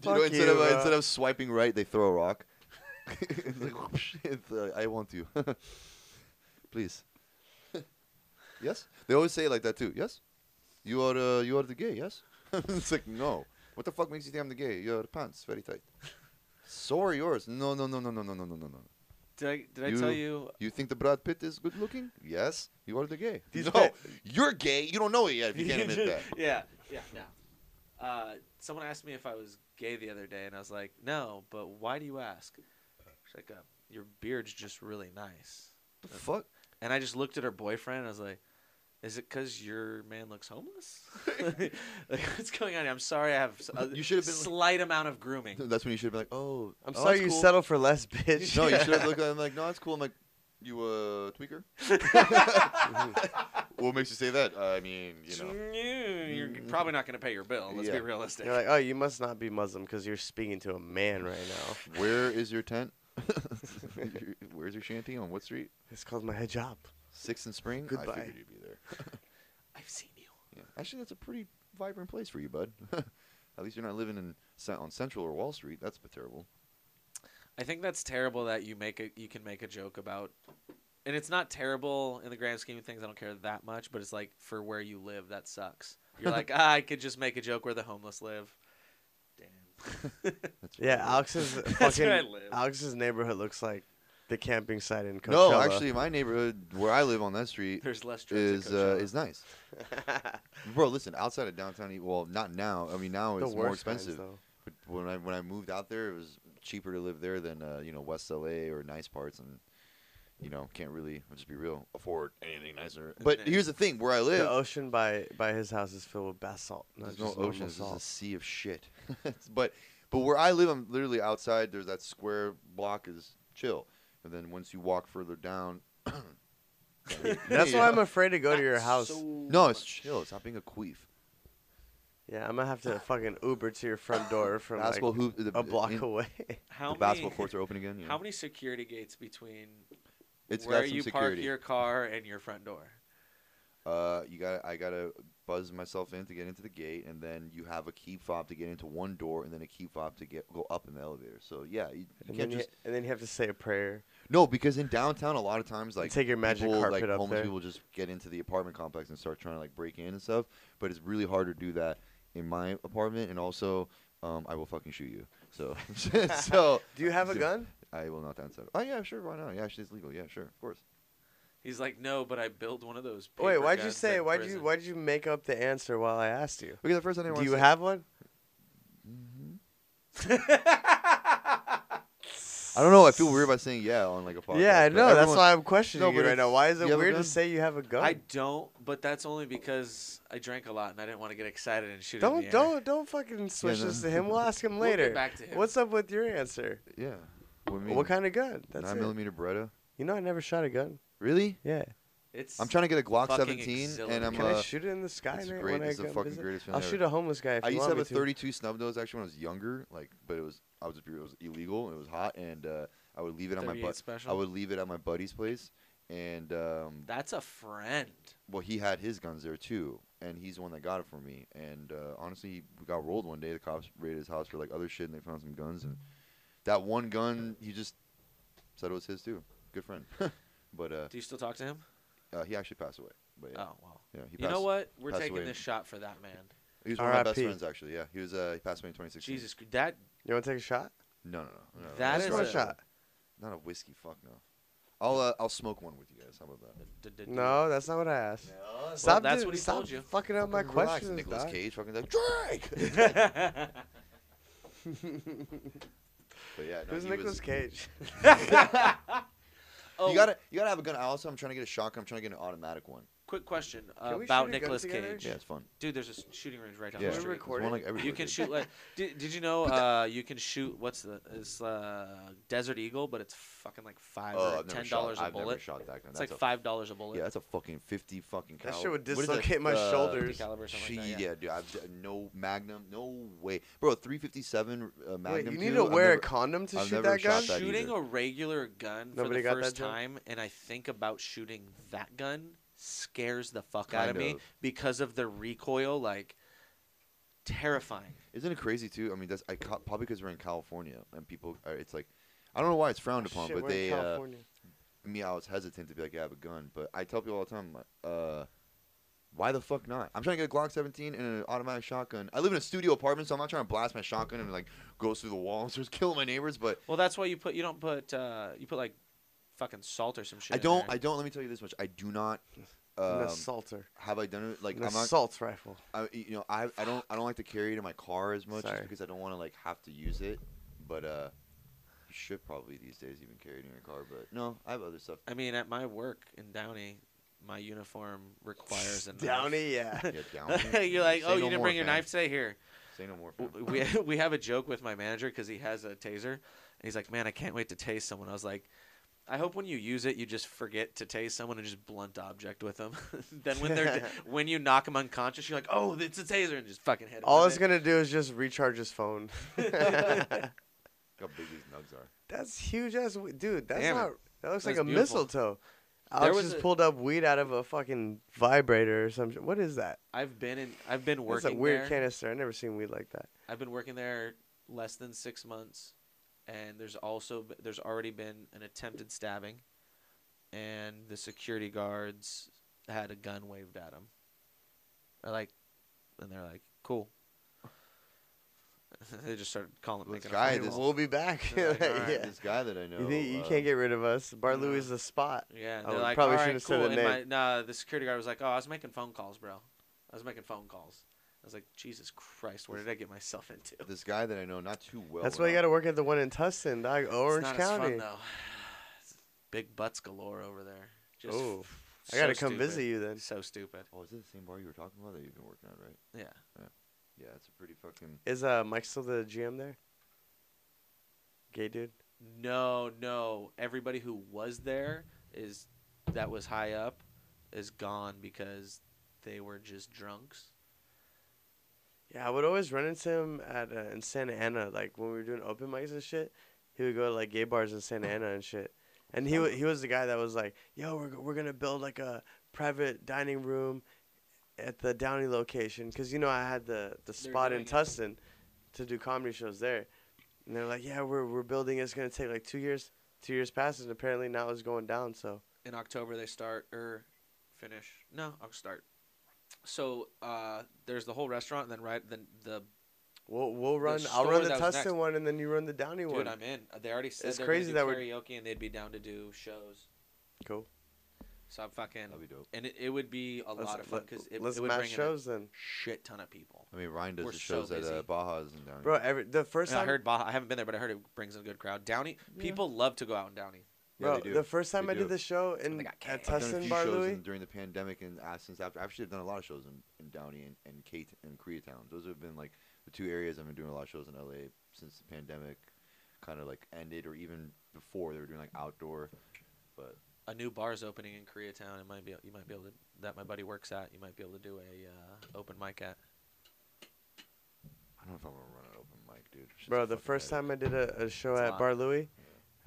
Do Fuck you know, instead you, of bro. instead of swiping right, they throw a rock. it's like, whoosh, it's like, I want you, please. yes, they always say it like that too. Yes, you are uh, you are the gay. Yes, it's like no. What the fuck makes you think I'm the gay? Your pants very tight. So are yours. No, no, no, no, no, no, no, no, no, no. Did I did I tell you? You think the Brad Pitt is good looking? Yes, you are the gay. These no, pe- you're gay. You don't know it yet if you can't admit that. yeah, yeah, no. Uh, someone asked me if I was gay the other day, and I was like, no, but why do you ask? She's like, uh, your beard's just really nice. The fuck? And I just looked at her boyfriend, and I was like, is it because your man looks homeless? like, what's going on? here? I'm sorry, I have s- a You should have been like- slight amount of grooming. That's when you should have been like, oh, I'm oh, sorry it's you cool. settle for less, bitch. No, you should have looked at him like, no, it's cool. I'm like, you uh, tweaker? what makes you say that? I mean, you know. You're probably not going to pay your bill. Let's Yeah. be realistic. You're like, oh, you must not be Muslim because you're speaking to a man right now. Where is your tent? Where's your shanty? On what street? It's called my hijab. Sixth and Spring? I Goodbye. figured you'd be there. I've seen you. Yeah. Actually, that's a pretty vibrant place for you, bud. At least you're not living in Ce- on Central or Wall Street. That's terrible. I think that's terrible that you make a you can make a joke about, and it's not terrible in the grand scheme of things. I don't care that much, but it's like for where you live, that sucks. You're like, ah, I could just make a joke where the homeless live. Damn. That's Yeah, really- Alex's That's where I fucking live. Alex's neighborhood looks like the camping site in Coachella. No, actually, my neighborhood where I live on that street There's less drugs. is Is, uh, is nice. Bro, listen, outside of downtown, E- well, not now. I mean, now the worst it's more times, expensive. though. but when I when I moved out there, it was cheaper to live there than uh, you know West LA or nice parts, and you know can't really I'll just be real afford anything nicer. But Yeah. here's the thing: where I The live, ocean by by his house is filled with basalt. Not there's no just normal ocean. It's just a salt. sea of shit. but but where I live, I'm literally outside. There's that square block is chill, and then once you walk further down, That's why I'm Yeah. afraid to go to your house. no, it's chill. It's not being a queef. Yeah, I'm gonna have to fucking Uber to your front door from like Basketball hoop. The, a block in- away. how the basketball many, courts are open again. You know? How many security gates between It's where got some you security. park your car and your front door? Uh, you got. to I gotta buzz myself in to get into the gate, and then you have a key fob to get into one door, and then a key fob to get go up in the elevator. So yeah, you, you and, then can't you, just and then you have to say a prayer. no because in downtown a lot of times like take your magic people, carpet like up homeless there. people just get into the apartment complex and start trying to like break in and stuff. But it's really hard to do that in my apartment, and also. Um, I will fucking shoot you. So, so Do you have a Do- gun? I will not answer. Oh yeah, sure. Why not? Yeah, actually, it's legal. Yeah, sure, of course. He's like, no, but I build one of those. Wait, paper why'd you guns say? in Why'd you prison." why'd you make up the answer while I asked you? Okay, the first I didn't Do wanna you say- have one? Mm-hmm. I don't know. I feel weird by saying yeah on like a podcast. yeah, I but know. That's everyone- why I'm questioning No, you but right now. it's- Why is it you have a weird to gun? say you have a gun? I don't, but that's only because I drank a lot and I didn't want to get excited and shoot. it in don't the air. don't don't fucking switch no. this to him. We'll ask him We'll get later. back to him. What's up with your answer? Yeah. What, do you mean? What kind of gun? That's Nine it. millimeter Beretta. You know, I never shot a gun. Really? Yeah. It's I'm trying to get a Glock Fucking 17, and I'm. Can I Uh, shoot it in the sky it's night great. when I It's the come fucking visit? greatest feeling I'll ever. shoot a homeless guy if I you used to want have a me 32 snub nose actually when I was younger, like, but it was I was it was illegal. and It was hot, and uh, I would leave it on my 38 butt. special. I would leave it at my buddy's place, and um, That's a friend. well, he had his guns there too, and he's the one that got it for me. And uh, honestly, he got rolled one day. The cops raided his house for like other shit, and they found some guns. And that one gun, he just said it was his too. Good friend, but uh, Do you still talk to him? uh, he actually passed away. But yeah, Oh well. yeah he You know passed- what? We're passed taking away. this shot for that man. He was one of my best R.I.P.. friends, actually. Yeah, he was. Uh, he passed away in 2016. Jesus, Christ, that You want to take a shot? No, no, no. no, no. That That's is Just one not- a- shot. not a whiskey. Fuck no. I'll uh, I'll smoke one with you guys. How about that? d- d- d- No, that's not what I asked. No. Stop that's doing- what he stop told you. fucking up my questions, Nicholas dog. Cage fucking like drink. But yeah, no, Who's he Nicolas was- Cage? oh, You gotta you gotta have a gun. I also I'm trying to get a shotgun. I'm trying to get an automatic one. quick question uh, Can we about shoot a gun Nicolas together? Cage. Yeah, it's fun. Dude, there's a s- shooting range right down Yeah, the There's We're street. recording. one like everywhere. You can dude. shoot like. Did, did you know? Uh, you can shoot. What's the? It's uh, Desert Eagle, but it's fucking like five Oh, or I've never ten shot. dollars a I've never bullet. shot that gun. It's That's like a- five dollars a bullet. Yeah, that's a fucking 50 fucking. That cal- shit would what is that? dislocate my Uh, shoulders. caliber or something She, like that. yeah, dude. I've d- no Magnum, no way, bro. 357 uh, Magnum. Wait, you need too, to I've wear never- a condom to I've shoot never that gun? uh, shot that shooting either. a regular gun for Nobody the got that first joke? time, and I think about shooting that gun scares the fuck out of, Kind me of. because of the recoil. Like terrifying. Isn't it crazy too? I mean, that's I ca- probably because we're in California and people. Are, it's like, I don't know why it's frowned upon, Oh, Shit, but we're in they. Uh, California. me, I was hesitant to be like, yeah, I have a gun, but I tell people all the time, like, uh, why the fuck not? I'm trying to get a Glock 17 and an automatic shotgun. I live in a studio apartment, so I'm not trying to blast my shotgun and like go through the walls or kill my neighbors. But Well, that's why you put you don't put uh, you put like fucking salt or some shit. I in don't. there. I don't. Let me tell you this much. I do not. an Um, assaulter. have I done it? Like An I'm not. assault rifle. I, you know, I, I don't I don't like to carry it in my car as much just Sorry. because I don't want to like have to use it. But uh, you should probably these days even carry it in your car. But no, I have other stuff. I mean, at my work in Downey, my uniform requires a knife. Downey, yeah. Yeah, down. You're like, Say oh, you no didn't more, bring your fam. knife today. Here, Say no more. W- fam. we we have a joke with my manager because he has a taser, and he's like, man, I can't wait to tase someone. I was like. I hope when you use it, you just forget to tase someone and just blunt object with them. then when they're d- when you knock them unconscious, you're like, "Oh, it's a taser," and just fucking hit 'em All with it's it. gonna do is just recharge his phone. that's Look how big these nugs are. huge as we- dude. That's Damn it. not. That looks like That's a beautiful. mistletoe. There Alex was just a- pulled up weed out of a fucking vibrator or some. sh- What is that? I've been in. I've been That's working. a weird there. canister. I've never seen weed like that. I've been working there less than six months, and there's also b- there's already been an attempted stabbing, and the security guards had a gun waved at them. They're like, and they're like, cool. they just started calling. This making a guy, phone this- call. we'll be back. They're like, Like, "All right, yeah. This guy that I know. You think you uh, can't get rid of us? Bar Louis is the spot. yeah, and I they're would- like, probably all shouldn't right, have cool. said And the my, nah, the security guard was like, oh, I was making phone calls, bro. I was making phone calls. I was like, Jesus Christ, where did I get myself into? This guy that I know not too well. That's why you enough. gotta work at the one in Tustin, dog. Orange it's not County. As fun, though. It's Big butts galore over there. Just Oh, f- I gotta so come stupid. visit you then. So stupid. Oh, is it the same bar you were talking about that you've been working at, right? Yeah. Yeah, it's a pretty fucking. Is uh Mike still the GM there? Gay dude. No, no. Everybody who was there is that was high up is gone because they were just drunks. Yeah, I would always run into him at uh, in Santa Ana, like when we were doing open mics and shit. He would go to like gay bars in Santa Ana and shit. And he wa- he was the guy that was like, "Yo, we're g- we're gonna build like a private dining room at the Downey location, cause you know I had the the They're spot in doing it. Tustin to do comedy shows there." And they're like, "Yeah, we're we're building. It's gonna take like two years. Two years passes, and apparently now it's going down. So In October they start or finish. No, I'll start. So uh, there's the whole restaurant, and then right then the we'll we'll run. I'll store run the that was next- Tustin one, and then you run the Downey dude one. I'm in. They already said It's they're gonna crazy do that we're- karaoke and they'd be down to do shows. cool. So I'm fucking. That'd be dope. and it, it would be a lot of fun because it, it let's would bring mash in shows then. a shit ton of people. I mean, Ryan does We're the so shows at uh, busy. Baja's and down. here. Bro, every the first And I time heard Baja. I haven't been there, but I heard it brings in a good crowd. Downey people love to go out in Downey. Yeah, Bro, they do. the first time They I do. did the show in got at canned. I've done a Tustin few Bar shows Louie, in, during the pandemic and uh, since after. I've actually done a lot of shows in, in Downey and, and Kate and Koreatown. Those have been like the two areas I've been doing a lot of shows in LA since the pandemic kind of like ended, or even before they were doing like outdoor. But A new bar's opening in Koreatown. It might be you might be able to that my buddy works at. You might be able to do a uh, open mic at. I don't know if I'm gonna run an open mic, dude. It's just bro, a the fucking first headache. time I did a, a show It's a at lot. Bar Louie,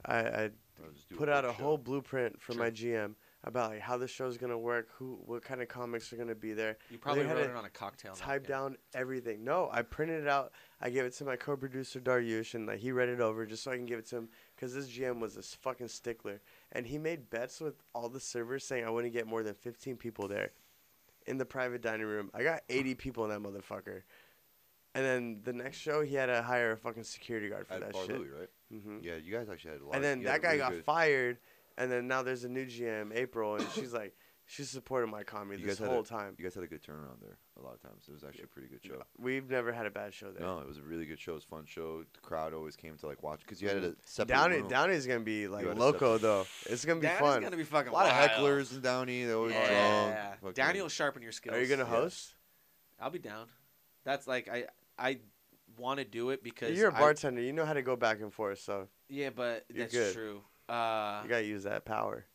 I, I I'll just do put quick out a show. whole blueprint for Sure. my GM about like how the show's gonna work, who, what kind of comics are gonna be there. You probably had wrote to it on a cocktail. Type napkin. down everything. No, I printed it out. I gave it to my co-producer Daryush, and like he read it over just so I can give it to him because this GM was this fucking stickler, and he made bets with all the servers saying I wouldn't get more than fifteen people there. In the private dining room, I got eighty people in that motherfucker, and then the next show he had to hire a fucking security guard for at that Bar shit. Louie, right? hmm Yeah, you guys actually had a lot. And of- then you that had a guy really got good- fired, and then now there's a new GM, April, and she's like, she supported my comedy You this guys had whole a- time. You guys had a good turnaround there. A lot of times, it was actually a pretty good show. We've never had a bad show there. No, it was a really good show. It was a fun show. The crowd always came to like watch because you had a separate Mm. Downey, room. Downey's gonna be like gotta loco separate- though. It's gonna be Downey's fun. gonna be fucking a lot wild. of hecklers in Downey. They're always Yeah, drunk. fucking- Downey will sharpen your skills. Are you gonna yeah. host? I'll be down. That's like I I want to do it because You're a I- bartender. you know how to go back and forth, so yeah, but You're that's good. true. Uh, you gotta use that power.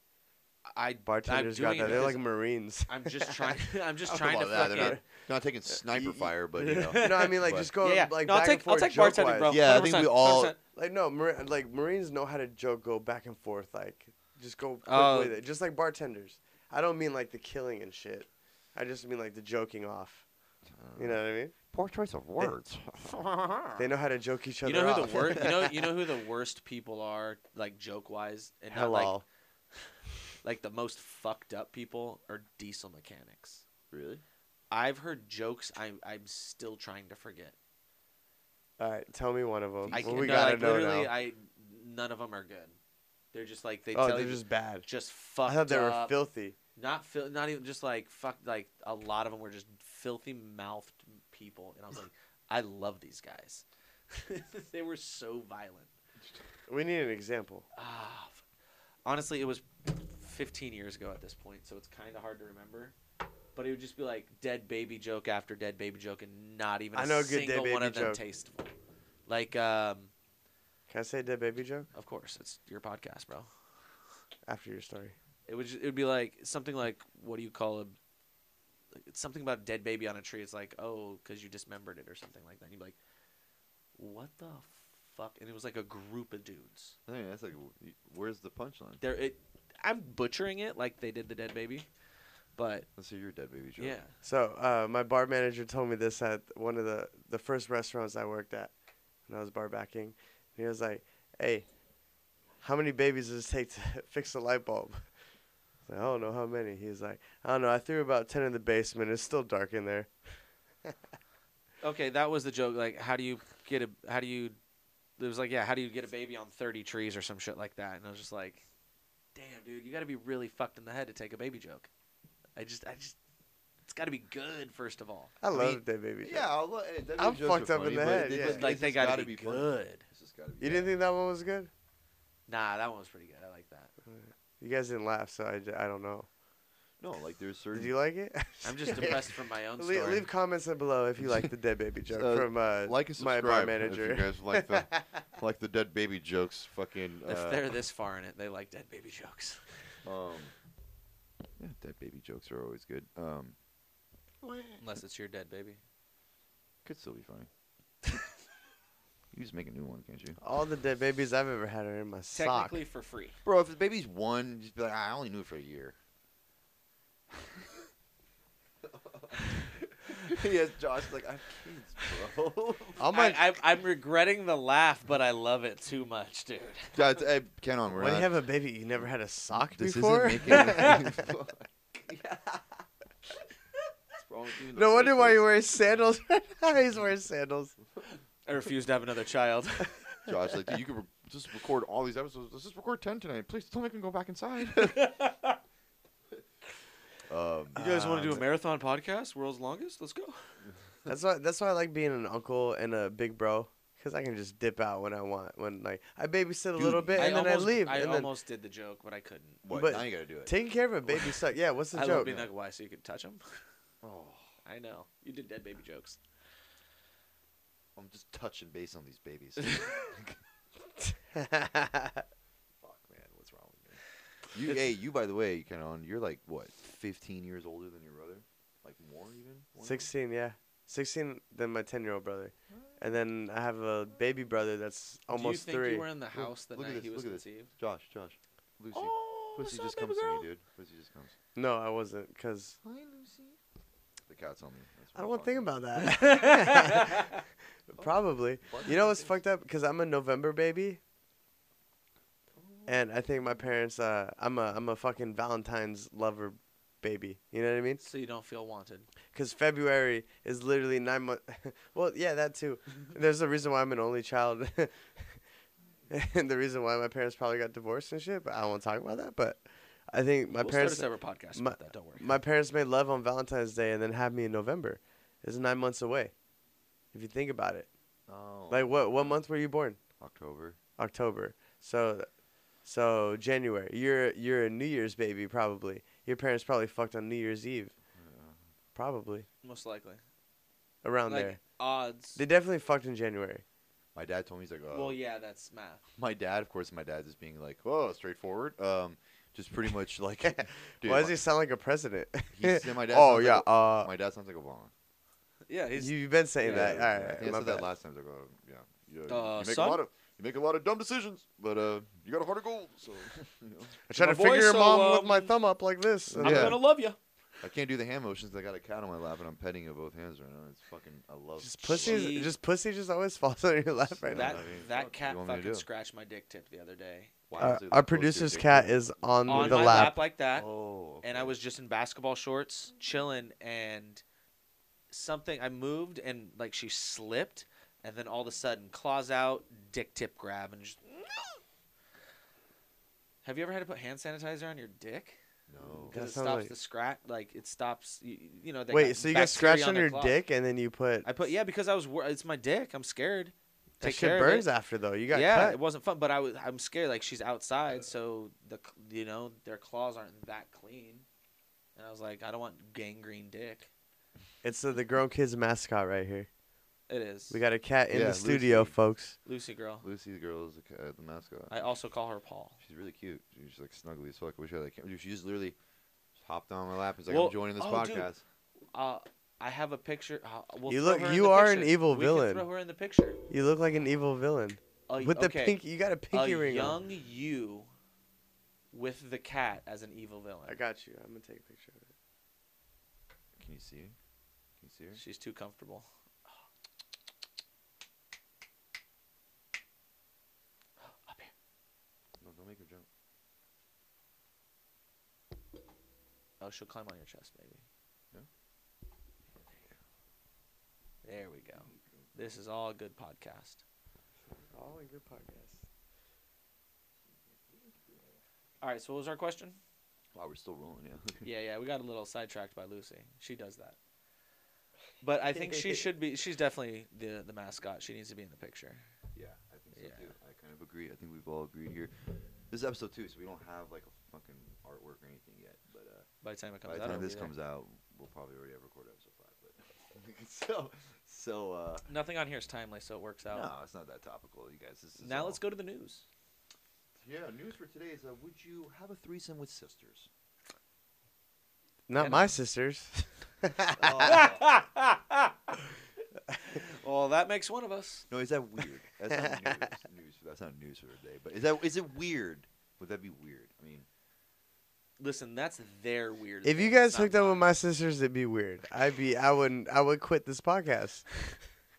I Bartenders got doing it that. They're because like Marines. I'm just trying. I'm I just don't know trying to about that. fucking. They're not, not taking You- sniper you- fire, but you know. Uh, you know what I mean? Like But- just go yeah, yeah. like no, I'll back take, and forth. I'll take joke-wise. bartending, bro. Yeah, I think we 100%, all- 100%. Like no, Mar- like Marines know how to joke, go back and forth, like just go quick Oh. with it, just like bartenders. I don't mean like the killing and shit. I just mean like the joking off. Uh, Uh. You know what I mean? Poor choice of words. They know how to joke each other. You know who off. the worst? You know, you know who the worst people are, like joke wise, and Hello. not like like the most fucked up people are diesel mechanics. really? I've heard jokes I'm I'm still trying to forget. All right, tell me one of them. I Well, can, we no, gotta like know literally, now. I none of them are good. They're just like they oh, tell they're you just bad. just I fucked thought they were up. filthy. not fil- not even just like fuck like a lot of them were just filthy mouthed people and I was like I love these guys. they were so violent. We need an example. Ah, f- honestly, it was 15 years ago at this point, so it's kind of hard to remember. But it would just be like dead baby joke after dead baby joke, and not even I a know a good dead single one baby of them joke. tasteful. Like, um, Can I say dead baby joke of course, it's your podcast, bro. after your story? It would just, it would be like something like what do you call a it's something about a dead baby on a tree. It's like oh, because you dismembered it or something like that. And you'd be like, what the fuck? And it was like a group of dudes. I think that's like, w- where's the punchline? There, it. I'm butchering it like they did the dead baby, but Let's hear your dead baby joke. yeah. So uh, my bar manager told me this at one of the the first restaurants I worked at when I was bar backing. He was like, "Hey, how many babies does it take to fix a light bulb?" I, was like, I don't know how many. He was like, "I don't know. I threw about ten in the basement. It's still dark in there." Okay, that was the joke. Like, how do you get a? How do you? It was like, yeah, how do you get a baby on thirty trees or some shit like that? And I was just like, damn, dude, you got to be really fucked in the head to take a baby joke. I just, I just, it's got to be good first of all. I love mean, that baby. Yeah, joke. I'll, let- hey, dead I'm baby jokes are fucked up in funny, the but head, they- yeah. but It's like this they has got gotta to be, funny. good. This has gotta be You didn't think that one was good? Nah, that one was pretty good. I like that. You guys didn't laugh, so I, j- I don't know. No, like there's certain. Did you like it? I'm just depressed from my own Le- story. Leave, comments below if you like the dead baby joke Uh, from uh, like and my subscribe bar if you manager. guys like the like the dead baby jokes. Fucking. if uh, they're this far in it, they like dead baby jokes. Um, yeah, dead baby jokes are always good. Um, Unless it's your dead baby. could still be funny. you just make a new one, can't you? All the dead babies I've ever had are in my sock. Technically for free. Bro, if the baby's one, just be like, "Ah, I only knew it for a year. yes, Josh. Like I have kids, bro. All Oh my, I, I, I'm regretting the laugh, but I love it too much, dude. yeah, it's, hey, count on. We're when you not- have a baby, you never had a sock this before. isn't making. any- Fuck. What's wrong with you in the no wonder first why place? you're wearing sandals. right now. He's wearing sandals. I refuse to have another child. Josh, like, dude, you could re- just record all these episodes. Let's just record 10 tonight. Please don't make me go back inside. um, You guys Um, want to do Uh, a marathon podcast, world's longest? Let's go. That's why. That's why I like being an uncle and a big bro, because I can just dip out when I want. When like I babysit a Dude, little bit and then I leave. I and then almost did the joke, but I couldn't. what? but- now you gotta do it. taking care of a baby sucks. Yeah, what's the I love joke? being like, why? So you could touch him? oh, I know. You did dead baby jokes. I'm just touching base on these babies. Fuck, man. What's wrong with me? You, hey, you, by the way, Kenon, you're like, what, 15 years older than your brother? Like, more even? One- Sixteen, yeah, sixteen. Then my ten-year-old brother, and then I have a baby brother that's almost do you think three. you were in the house the look at night this, he was look at this. conceived? Josh, Josh. Lucy. Oh, Pussy what's just up, comes baby to me, girl? dude. Pussy just comes. No, I wasn't, because Hi, Lucy. The cat's on me. That's I what I'm don't want to talking think about that. Probably. Bunch You know of what's things. fucked up? Because I'm a November baby, Oh. and I think my parents. Uh, I'm a I'm a fucking Valentine's lover baby. You know what I mean? So you don't feel wanted. Because February is literally nine months. well, yeah, that too. There's a reason why I'm an only child, and the reason why my parents probably got divorced and shit. But I won't talk about that. But I think my we'll parents. start a separate podcast my- about that. Don't worry. My parents made love on Valentine's Day and then had me in November. It's nine months away. If you think about it, Oh. like what what month were you born? October. October. So, so January. You're you're a New Year's baby probably. Your parents probably fucked on New Year's Eve. Probably Most likely. around Like there. odds. They definitely fucked in January. My dad told me he's like, oh, well, yeah, that's math. my dad, of course, my dad's just being like, oh, straightforward. Um, just pretty much like, dude, Why my, does he sound like a president? He said my dad oh sounds yeah. like uh, my dad sounds like Obama. Yeah, he's you've been saying yeah, that. yeah, All I right. think I my said that bad. last time. I was like, oh, yeah, you, Uh, you make son? a lot of You make a lot of dumb decisions, but uh, you got a heart of gold. So you know. I try My to figure boy, your so, mom with um, my thumb up like this. and- I'm Yeah. gonna love you. I can't do the hand motions. I got a cat on my lap and I'm petting it with both hands right now. It's fucking. I love. Just pussy, She- just pussy, just always falls on your lap right That now. I mean, that fuck, cat you want me to fucking do? scratched my dick tip the other day Why Uh, Our, is it our close to your producer's dick? cat is on, Mm, on the my lap. like that, Oh. and I okay. was just in basketball shorts chilling, and something I moved and like she slipped, and then all of a sudden claws out, dick tip grab, and just. Have you ever had to put hand sanitizer on your dick? No. That Because it sounds stops like- the scratch. Like it stops. You, you know. They Wait, so you got bacteria scratched on their your claw. dick and then you put I put yeah because I was. wor- It's my dick. I'm scared. that Take shit care burns of it. after though. You got yeah, cut. it wasn't fun, but I was. I'm scared. Like she's outside, so the c- you know their claws aren't that clean. And I was like, I don't want gangrene dick. It's the, the grown kids mascot right here. It is. We got a cat in Yeah, the studio, Lucy. folks. Lucy girl. Lucy the girl is the, cat, the mascot. I also call her Paul. She's really cute. dude. She's like snuggly as fuck. I wish I had a camera. She just literally just hopped on my lap. and was like, Well- I'm joining this oh, dude. podcast. Uh, I have a picture. Uh, we'll You throw look- her in you the are an picture. evil We can villain. throw her in the picture. You look like an evil villain A, with okay, the pink. You got a pinky a ring young on. you with the cat as an evil villain. I got you. I'm gonna take a picture of it. Can you see her? Can you see her? She's too comfortable. Up here. No, don't make her jump. Oh, she'll climb on your chest, maybe. No? There we go. This is all good podcast. All in good podcast. All right, so what was our question? Wow, we're still rolling, yeah. Yeah, yeah, we got a little sidetracked by Lucy. She does that. But I think she should be. She's definitely the the mascot. She needs to be in the picture. yeah, I think so Yeah. too. I kind of agree. I think we've all agreed here. This is episode two, so we don't have like a fucking artwork or anything yet. But uh, By the time it comes by the out, time it'll this be there. comes out, we'll probably already have recorded episode five. But so, so uh, nothing on here is timely, so it works out. no, it's not that topical, you guys. This is now all- let's go to the news. Yeah, news for today is: uh, Would you have a threesome with sisters? Not And- my sisters. Oh. well, that makes one of us. No, is that weird? That's not news, news. That's not news for today. But is that is it weird? Would that be weird? I mean, Listen, that's their weird. if you thing, guys it's not hooked up with mine. my sisters, it'd be weird. I'd be. I wouldn't. I would quit this podcast.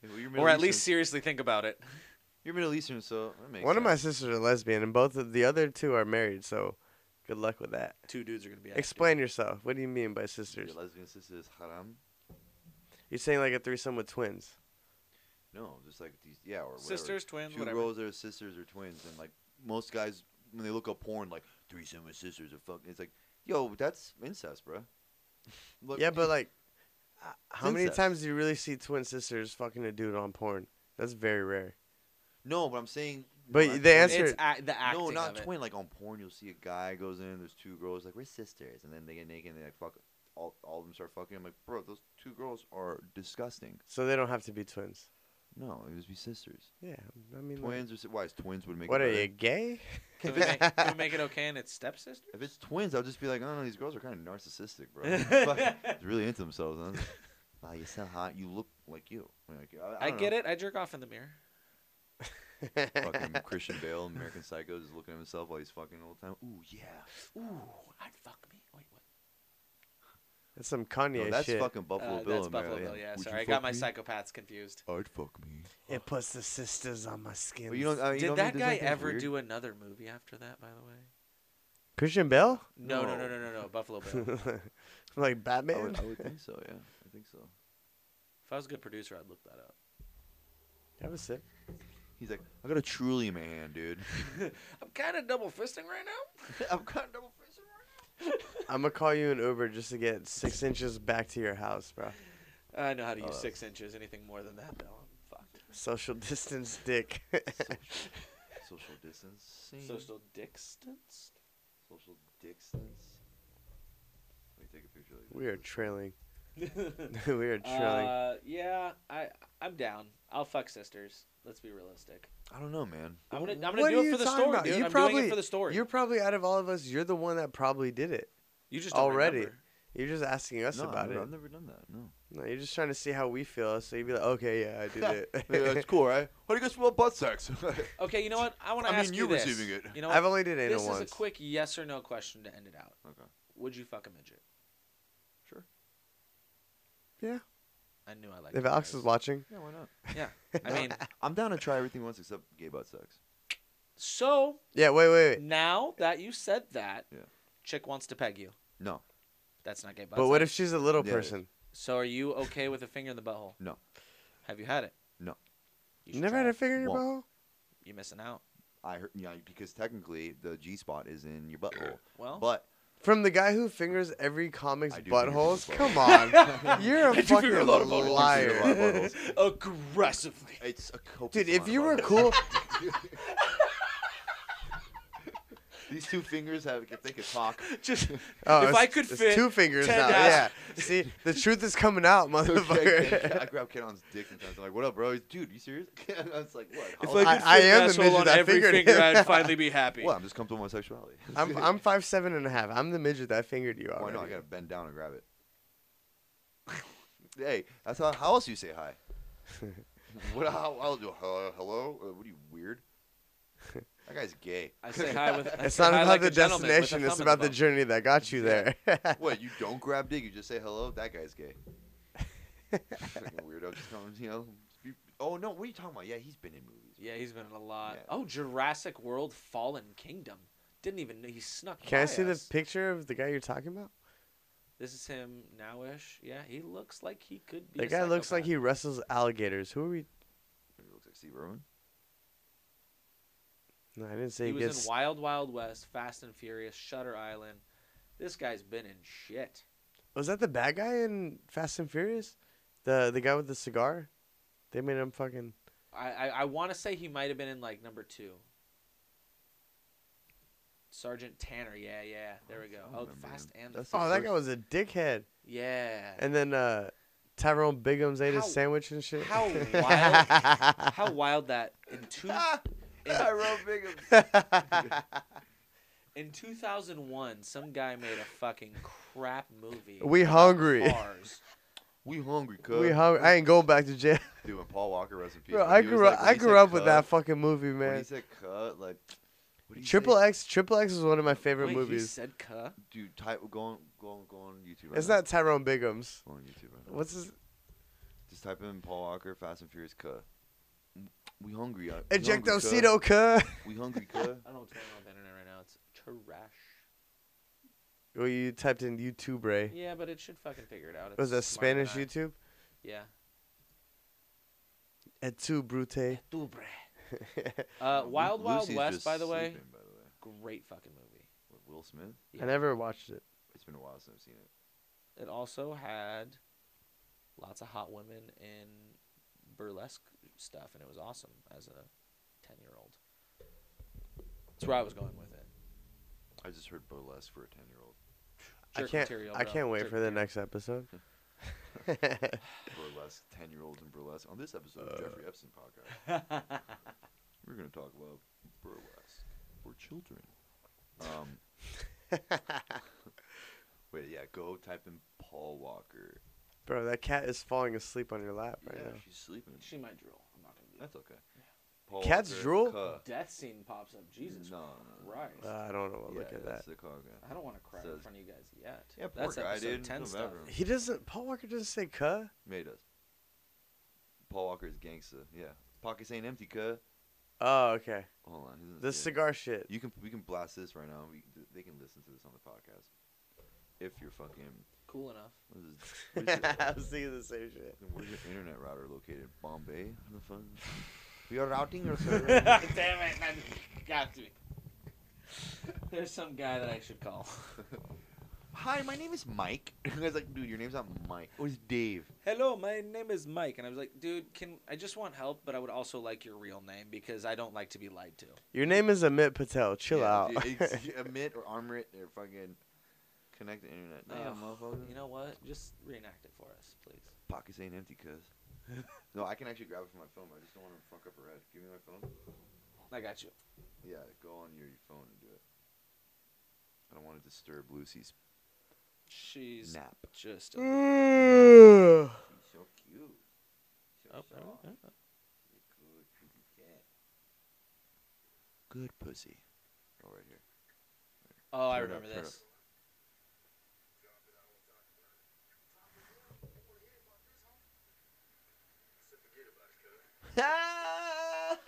well, you're or at least seriously think about it. you're Middle Eastern, so that makes One of my sense. sisters are lesbian, and both of the other two are married. So, good luck with that. Two dudes are gonna be. active. Explain yourself. What do you mean by sisters? your lesbian sister is haram. You're saying like a threesome with twins. No, just like these, yeah, or whatever. Sisters, twins, two whatever. girls that are sisters or twins, and like most guys when they look up porn, like threesome with sisters or fucking, it's like, yo, that's incest, bro. Look, yeah, but like, h- how many incest. times do you really see twin sisters fucking a dude on porn? That's very rare. no, but I'm saying, But no, the that's twin- answer- It's a- the acting. No, not of it. twin. Like on porn, you'll see a guy goes in. There's two girls. Like we're sisters, and then they get naked. and They like fuck. All, all of them start fucking. I'm like, bro, those two girls are disgusting. So they don't have to be twins. No, it would be sisters. Yeah, I mean, like, Twins or si- why? Is twins would make. what it are better. you gay? Can we, make, can we make it okay and it's stepsister? If it's twins, I'll just be like, oh no, these girls are kind of narcissistic, bro. Fuck, They're really into themselves. Huh? wow, you're so hot. You look like you. I, mean, like, I, I get it. I jerk off in the mirror. Fucking Christian Bale, American Psycho, just looking at himself while he's fucking all the time. Ooh yeah. Ooh, I'd fuck me. Wait, what? That's some No, Kanye that's shit. fucking Buffalo Uh, Bill. that's in Buffalo Maryland. Bill. Yeah, Would you sorry, I fuck got my me? psychopaths confused. I'd fuck me. It puts the sisters on my skin. But you don't, I mean, Oh, you Did don't mean- that there's guy nothing that's ever weird. do another movie after that? By the way. Christian Bale? No, no, no, No. no, no, no. Buffalo Bill. if like I Batman? would, I would think so. Yeah, I think so. I was a good producer, I'd look that up. that was sick. He's like, I got a truly in my hand, dude. I'm kind of double fisting right now. I'm kind of double fisted right I'm gonna call you an Uber just to get six inches back to your house, bro. I know how to use Oh. six inches. Anything more than that, though, I'm fucked. Social distance, dick. now. Social, social distancing. Social distance. social distance. Let me take a picture. Like we are this. trailing. we are trailing. Uh, yeah, I I'm down. I'll fuck sisters. Let's be realistic. I don't know, man. I'm gonna I'm What gonna are do you it for the talking story, about? dude. You I'm doing probably- it for the story. You're probably out of all of us. You're the one that probably did it. you just don't already. remember. You're just asking us no, I've about never, it. I've never done that. No. No, you're just trying to see how we feel. So you'd be like, okay, yeah, I did it. yeah, it's cool, right? How do you guys feel about butt sex? Okay, you know what? I want I to mean, ask you you this. receiving it. You know what? I've only did anal this once. is a quick yes or no question to end it out. Okay. Would you fuck a midget? Sure. Yeah. I knew I liked. if you Alex guys. is watching, Yeah, why not? I mean, I'm down to try everything once except gay butt sex. so yeah. Wait, wait, wait. now that you said that, Yeah. chick wants to peg you. No. That's not gay. But what if she's a little Yeah. person? So are you okay with a finger in the butthole? No. Have you had it? No. You You should never try had a it. finger in your butthole? Won't. You're missing out. I heard, yeah, because technically the G spot is in your butthole. Well, But From the guy who fingers every comic's I do finger buttholes? people's Come on. You're I a do fucking finger a lot of buttholes. I do finger a lot of liar. buttholes. aggressively. it's a copious Dude, if amount of you were buttholes. cool, These two fingers have if they could talk. Just oh, If it's- I could it's fit two fingers 10 now. Yeah. ass- See, the truth is coming out, Okay, I- I motherfucker. grab Kenon's dick sometimes. I'm like, "What up, bro? He's, Dude, you serious?" I was like, "What? if How- I I- could fit I an am the asshole midget on that every fingered finger, him. I'd finally be happy. Well, I'm just comfortable with my sexuality. I'm I'm five seven and a half. I'm the midget that fingered you Why already. not? I gotta bend down and grab it. hey, that's how. How else do you say hi? what? How? I'll do hello. Hello? Uh, What are you weird? That guy's gay. I say hi with. I It's say not hi about like the a gentleman with a destination. thumb It's in about the butthole. journey that got you there. What? You don't grab dick. You just say hello. That guy's gay. Fucking weirdo just comes. You know. be- Oh no! What are you talking about? Yeah, he's been in movies. Yeah, he's been in a lot. Yeah. Oh, Jurassic World: Fallen Kingdom. Didn't even know he snuck. Can by I see the us. picture of the guy you're talking about? This is him nowish. Yeah, he looks like he could be. That a guy looks like psychopath. he wrestles alligators. Who are we? Maybe it looks like Steve Irwin. No, I didn't say He he, was gets. in Wild Wild West, Fast and Furious, Shutter Island. This guy's been in shit. Was that the bad guy in Fast and Furious? The the guy with the cigar? They made him fucking. I I, I want to say he might have been in like number two. Sergeant Tanner. Yeah, yeah. There we go. I don't Oh, the remember Fast him. and the That's the Oh, that first- guy was a dickhead. Yeah. And then uh, Tyrone Biggums ate How- his sandwich and shit. how wild- How wild that in two Ah! in Tyrone Biggums. In 2001, some guy made a fucking crap movie. We about hungry. Cars. We hungry, cuz. we hung. I ain't going back to jail. Dude, when Paul Walker rest in peace. Bro, when I he was grew up. like- when I he grew said up with that cut- fucking movie, When he man. said cut, like, what do you Triple say? X. Triple X was one of my favorite Wait, he movies. said "cuh." Dude, type, go on, go on, go on YouTube. Right It's now. not Tyrone Biggums. Go on YouTube right now. What's his? Just type in Paul Walker, Fast and Furious cut. We hungry. uh, we hungry, cuz. Ejectocito, cuh. We hungry, cuz. I don't know what's going on with the internet right now. It's trash. Well, you typed in YouTube, Ray. Yeah, but it should fucking figure it out. It's Was that smarter than Spanish I- YouTube? Yeah. Et tu, Brute. Uh, Wild Wild Lucy's West, just by the way, sleeping, by the way. great fucking movie. With Will Smith? Yeah. I never watched it. It's been a while since I've seen it. It also had lots of hot women in burlesque stuff, and it was awesome as a ten-year-old. That's where I was going with it. I just heard burlesque for a 10 year old. I Jerk can't. material, I bro. can't wait Jerk for the material. next episode. Burlesque, 10 year olds and burlesque. On this episode Uh. of Jeffrey Epstein podcast. We're going to talk about burlesque for children. Um, wait, yeah, go type in Paul Walker. Bro, that cat is falling asleep on your lap right yeah, now. she's sleeping. She might drool. I'm not gonna do that. That's okay. Paul Cats drool? cuh. death scene pops up. Jesus uh, no, no, Christ. Uh, I don't know. I'll Yeah, look at that's that. the cog. yeah. I don't want to cry in says- front of you guys yet. Yeah, poor That's guy, episode dude. 10 Feel stuff. bad for him. He doesn't. Paul Walker doesn't say "cuh." Made us. Paul Walker's gangsta. Yeah. Pockets ain't empty, cuh. Oh, okay. Hold on. isn't it- The yeah. cigar shit. You can we can blast this right now. We, they can listen to this on the podcast. If you're fucking, Cool enough. what is, what is your- I was thinking the same shit. Where's your internet router located? Bombay? How the fuck? We are routing your Damn it. man. Got me. There's some guy that I should call. Hi, my name is Mike. And the guy's like, dude, your name's not Mike. It was Dave. Hello, my name is Mike, and I was like, dude, can I just want help, but I would also like your real name because I don't like to be lied to. Your name is Amit Patel. Chill Yeah, out. dude, it's- Amit or Armorit, they're fucking connect the internet. Ugh, Damn, motherfucker. you know what? Just reenact it for us, please. Pockets ain't empty, cuz. no, I can actually grab it from my phone. I just don't want to fuck up her head. Give me my phone. I got you. Yeah, go on your phone and do it. I don't want to disturb Lucy's She's Nap. just. Mm. A, Ugh. She's so cute. So oh, there we soft. go. You're good, pretty cat. Good pussy. Oh, right here. oh, I Turn it up, remember turn it this.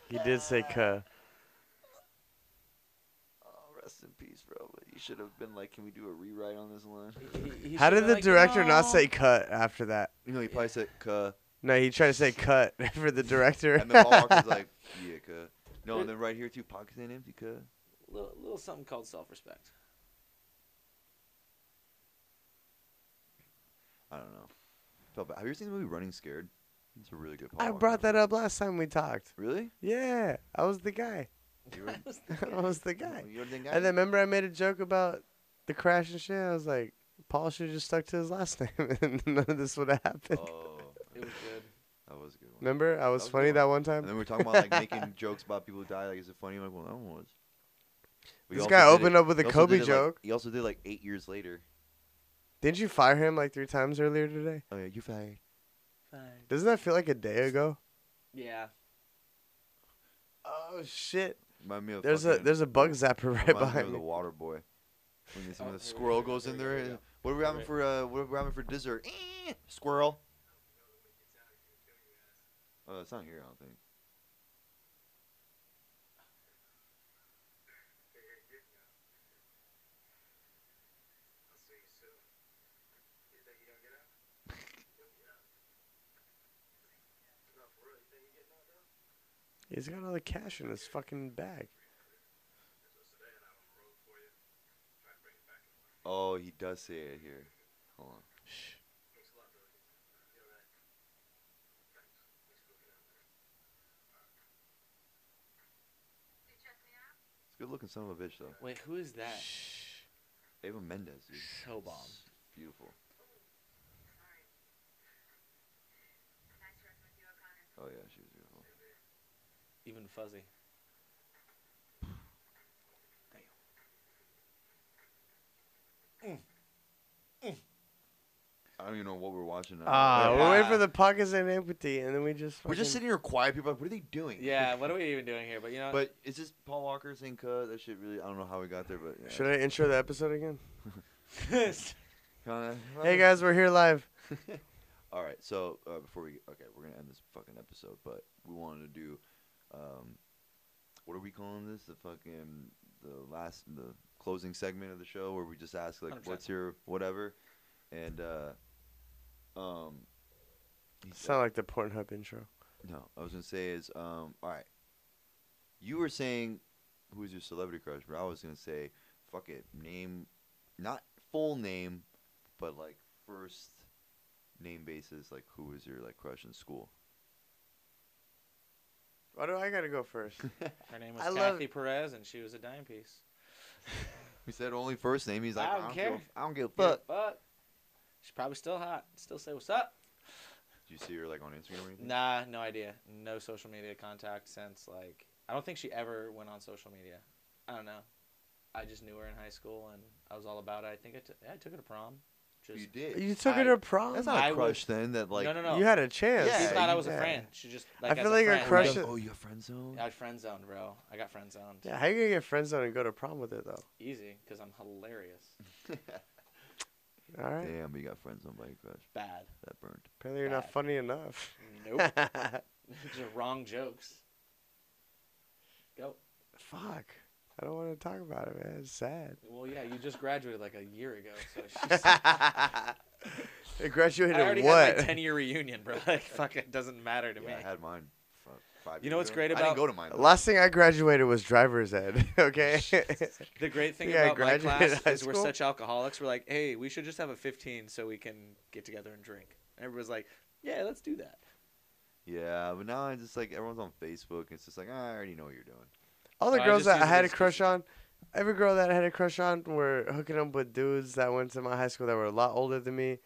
He did say cuh. Oh, rest in peace, bro. But you should have been like, can we do a rewrite on this line? He- he How did should've the been like, director not "No." say cut after that? You know, he probably said, "Cuh," No, he tried to say cut for the director. and then Paul Walker's like, "Yeah, cuh." No, and then right here too, pockets ain't empty, cuh. little, little something called self-respect? I don't know. Felt bad. Have you ever seen the movie Running Scared? It's a really good. Paul I Walker brought that movie. up last time we talked. Really? Yeah, I was the guy. You were, I was the guy. you were the guy. And then remember, I made a joke about the crash and shit. I was like, Paul should have just stuck to his last name, and none of this would have happened. Oh, It was good. that was a good one. Remember, I was was a good funny one. that one And then time. we were talking about like making jokes about people who die. Like, is it funny? I'm like, well, that one was. We This also guy did opened it- up with a he also Kobe did it, like- joke. he also did like eight years later. Didn't you fire him like three times earlier today? Oh yeah, you fired. Fine. Doesn't that feel like a day ago? Yeah. Oh shit! Remind me of There's a fucking- there's a bug zapper right reminds me of behind the me. water boy. When this- when Oh, the here we squirrel go, goes here in we go, there, here we and- what are we having Right. for uh, what are we having for dessert? Eh, squirrel. Oh, it's not here. I don't think. He's got all the cash in his fucking bag. Oh, he does say it here. Hold on. It's a good looking son of a bitch though. Wait, who is that? Ava Mendez, dude. So bomb. Beautiful. Oh yeah, she was beautiful. Even fuzzy. I don't even know what we're watching. now. Ah, Like, we're waiting for Yeah. the pockets and empathy, and then we just we're just fucking- sitting here quiet. People, are like, what are they doing? Yeah. What are we even doing here? But you know. But it's just Paul Walker saying "cut." That shit really. I don't know how we got there, but yeah. Should I intro the episode again? Kinda- Hey guys, we're here live. All right, so uh, before we okay, we're gonna end this fucking episode, but we wanted to do, um, what are we calling this? The fucking the last the closing segment of the show where we just ask like, 100%. what's your whatever, and uh, um, he said- Sound like the Pornhub intro. no, I was gonna say is um, all right, you were saying who's your celebrity crush, but I was gonna say fuck it, name, not full name, but like first name basis, like who was your like crush in school. Why do I gotta go first? Her name was I love- Kathy Perez, and she was a dime piece. We said only first name. He's like, I I don't don't, care." Give, a- I don't give a fuck. But Fuck. She's probably still hot. Still say what's up. Did you see her like on Instagram or anything? Nah, no idea. No social media contact since like I don't think she ever went on social media. I don't know. I just knew her in high school and I was all about it. I think I, t- I took her to prom. Just you did. You took her I- to prom. That's not I a would- crush then. That like. no, no, no. You had a chance. Yeah, she thought I you- was a yeah. friend. She just like I as feel a like a friend, crush- Oh, you have friend zone. I friend zoned, bro. I got friend zoned. Yeah, how you gonna get friend zone and go to prom with it though? Easy, because I'm hilarious. All right. Damn, you got friend zone by your crush. Bad. That burned. Apparently you're not Bad. funny enough. Nope. just wrong jokes. Go. Fuck. I don't want to talk about it, man. It's sad. Well, yeah, you just graduated like a year ago, so she's I graduated I already had what? my ten year reunion, bro. Like, fuck, it doesn't matter to Yeah, I me. had mine. Fuck, five You years know what's ago. great I about- didn't go to mine. though. Last thing I graduated was driver's ed. Okay. The great thing Yeah, I about my graduated class high is we're school. such alcoholics. We're like, hey, we should just have a fifteen so we can get together and drink. And everybody's like, yeah, let's do that. Yeah, but now I just like everyone's on Facebook. It's just like "Ah, I already know what you're doing. All the No, I girls just that I use it had a as crush specific. on, every girl that I had a crush on were hooking up with dudes that went to my high school that were a lot older than me.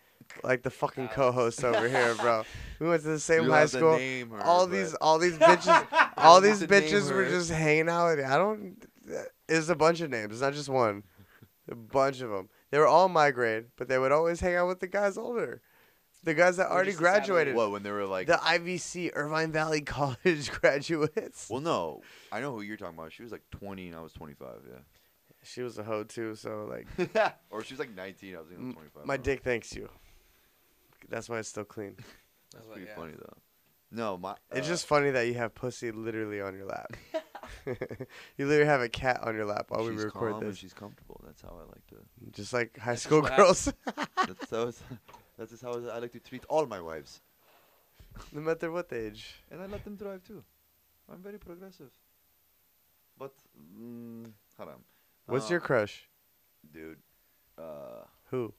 Like the fucking Alex. co-host over here, bro. We went to the same You don't high have to school. name her, all but- these, all these bitches, all don't these have to name bitches were her. just hanging out with me. I don't. It's a bunch of names. It's not just one. A bunch of them. They were all my grade, but they would always hang out with the guys older, the guys that We're already just the satellite. graduated, What when they were like? the IVC Irvine Valley College graduates. well, no, I know who you're talking about. She was like 20 and I was 25. She was a hoe too, so like, Yeah. or she was like 19. I was thinking m- of 25. my I don't know. dick thanks you. That's why it's still clean. That's That's what- pretty yeah. funny though. No, my. It's uh, just funny that you have pussy literally on your lap. you literally have a cat on your lap while we she's record calm and this, she's comfortable. That's how I like to. just like high That's school just what girls, That's how. it's- That's just how I like to treat all my wives, no matter what age. and I let them drive too. I'm very progressive. But mm, haram. What's Uh, your crush? dude? Uh, Who?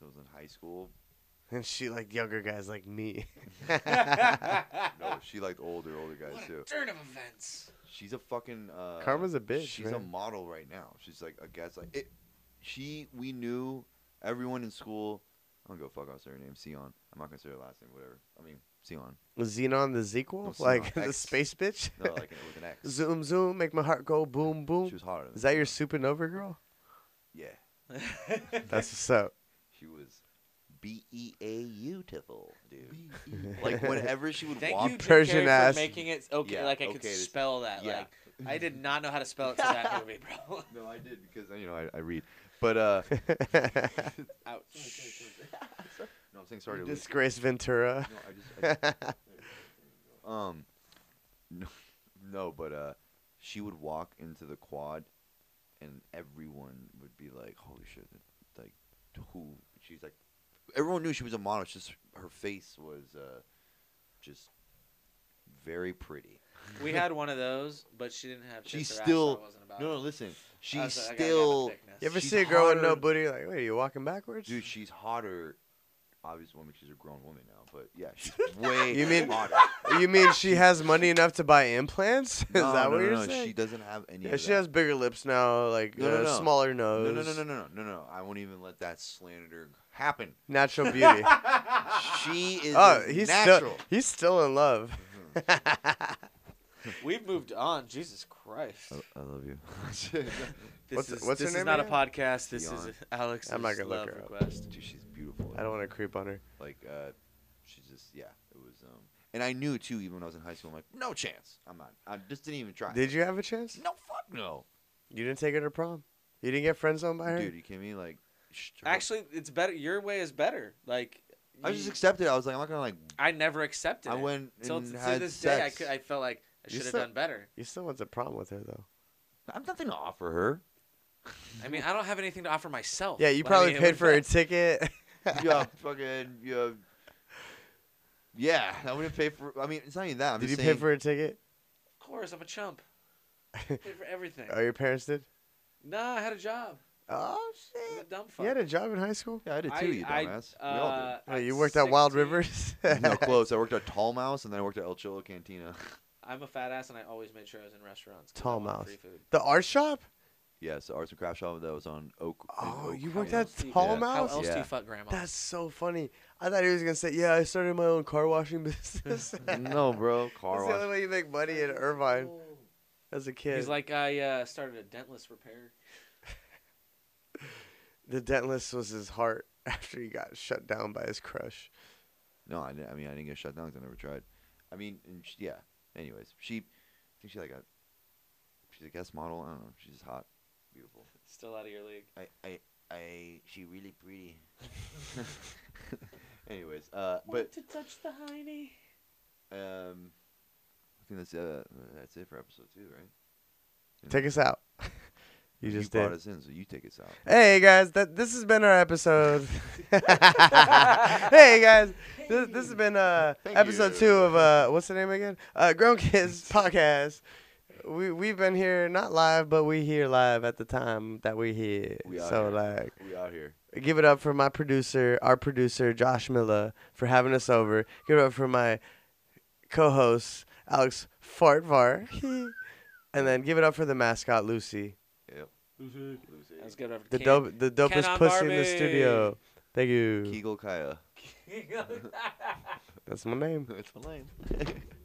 so I was in high school. And she liked younger guys like me. No, she liked older, older guys What too. a turn of events. She's a fucking. Uh, Karma's a bitch, She's a man. model right now. She's like a guest. Like it. She. We knew everyone in school. I don't go fuck. I'll say her name. Sion. I'm not gonna say her last name. Whatever. I mean, Sion. Xenon the sequel? No, like Xenon the X. space bitch? No, like with an X. zoom, zoom, make my heart go boom, She boom. was hotter. Than Is that your Sion. supernova girl? Yeah. That's what's up. She was. B E A beautiful, E dude. like whenever she would Thank walk. you, Jim Persian Carrey, ass. for making it okay. Yeah, like I could okay, this- spell that. yeah. Like I did not know how to spell it till that movie, bro. No, I did because you know I, I read, but uh. Ouch. no, I'm saying sorry to Luke. Disgrace Ventura. No, I just. I just Um, no, no, but uh, she would walk into the quad, and everyone would be like, "Holy shit!" Like, who? She's like, everyone knew she was a model. it's Just her face was uh, just very pretty. We had one of those, but she didn't have. She's tits or ass, still- so it wasn't about No, no, it. listen, I she's was like, I gotta get the still, thickness. You ever She's see a girl with no hotter. booty? Like, wait, you walking backwards? dude. She's hotter. Obviously, woman. She's a grown woman now, but yeah, she's way. You mean- hotter? Oh, you mean she has money enough to buy implants? Is No, that no, what no, you're no, saying? She doesn't have any. yeah, of she that. has bigger lips now, like No, no, uh, no. smaller No, nose. no, no, no, no, no, no, no. I won't even let that slander happen. Natural beauty. She is oh, a he's natural. still Mm-hmm. he's still in love. We've moved on. Jesus Christ. I love you. This Uh, What's- is, what's her this name is not again? a podcast. This Dion. is Alex's I'm not gonna love look her up. request. Dude, she's beautiful. I don't want to creep on her. like uh she just yeah, it was um and I knew too even when I was in high school I'm like no chance. I'm not. I just didn't even try. Did you have a chance? No fuck no. You didn't take her to prom. You didn't get friend zoned by her. Dude, you kidding me? Like sh- her- Actually, it's better. Your way is better. Like I you- just accepted. it. I was like I'm not going to like I never accepted. I it. went Till and to had this day, I, sex. could, I felt like I You should have still- done better. you still went to prom with her though. I have nothing to offer her. I mean, I don't have anything to offer Oh, myself. Yeah, you But I probably mean, it paid was for her bad. ticket. you have fucking you have yeah, I wouldn't pay for. I mean, it's not even that. I'm did you just pay saying, for her ticket? Of course, I'm a chump. I paid for everything. Oh, your parents did. Nah, I had a job. Oh I was shit! a dumb fuck. You had a job in high school. Yeah, I did too, I- you I, dumbass. Uh, we all Oh, you worked at Wild 16, Rivers. did. no, close. I worked at Tall Mouse and then I worked at El Cholo Cantina. I'm a fat ass, and I always made sure I was in restaurants. 'cause I Tall wanted mouth. Free food. the art shop. Yeah, so Arts and Craft Shop that was on Oak. in Oh, Oak you House. worked How at else do you- Tall How Mouse. else do Yeah. you fuck grandma? That's so funny. I thought he was gonna say, "Yeah, I started my own car washing business." That's No, bro, car the only wash. way you make money in Irvine as a kid. He's like, I uh, started a dentless repair. the dentless was his heart after he got shut down by his crush. No, I, didn't, I mean I didn't get shut down because I never tried. I mean, and she, yeah. Anyways, she, I think she like a, she's a guest model. I don't know. She's just hot, beautiful. Still out of your league. I, I, I. She really pretty. Anyways, uh, but to touch the hiney. um, I think that's uh, that's it for episode two, right? Take us out. You just Mm. brought did. us in, so you take us out. Hey guys, that this has been our episode. hey guys, this, this has been uh, Thank episode you. two of uh, what's the name again? Uh, Grown Kids podcast. We we've been here not live, but we here live at the time that we here. We are so here. like, We out here. give it up for my producer, our producer Josh Miller, for having us over. Give it up for my co-host Alex Fartvar, and then give it up for the mascot Lucy, Yep. Lucy. That was good. the Ken- dope, the dopest Kenon pussy in the Barbie. studio. Thank you. Kegel Kaya. That's my name. That's my name.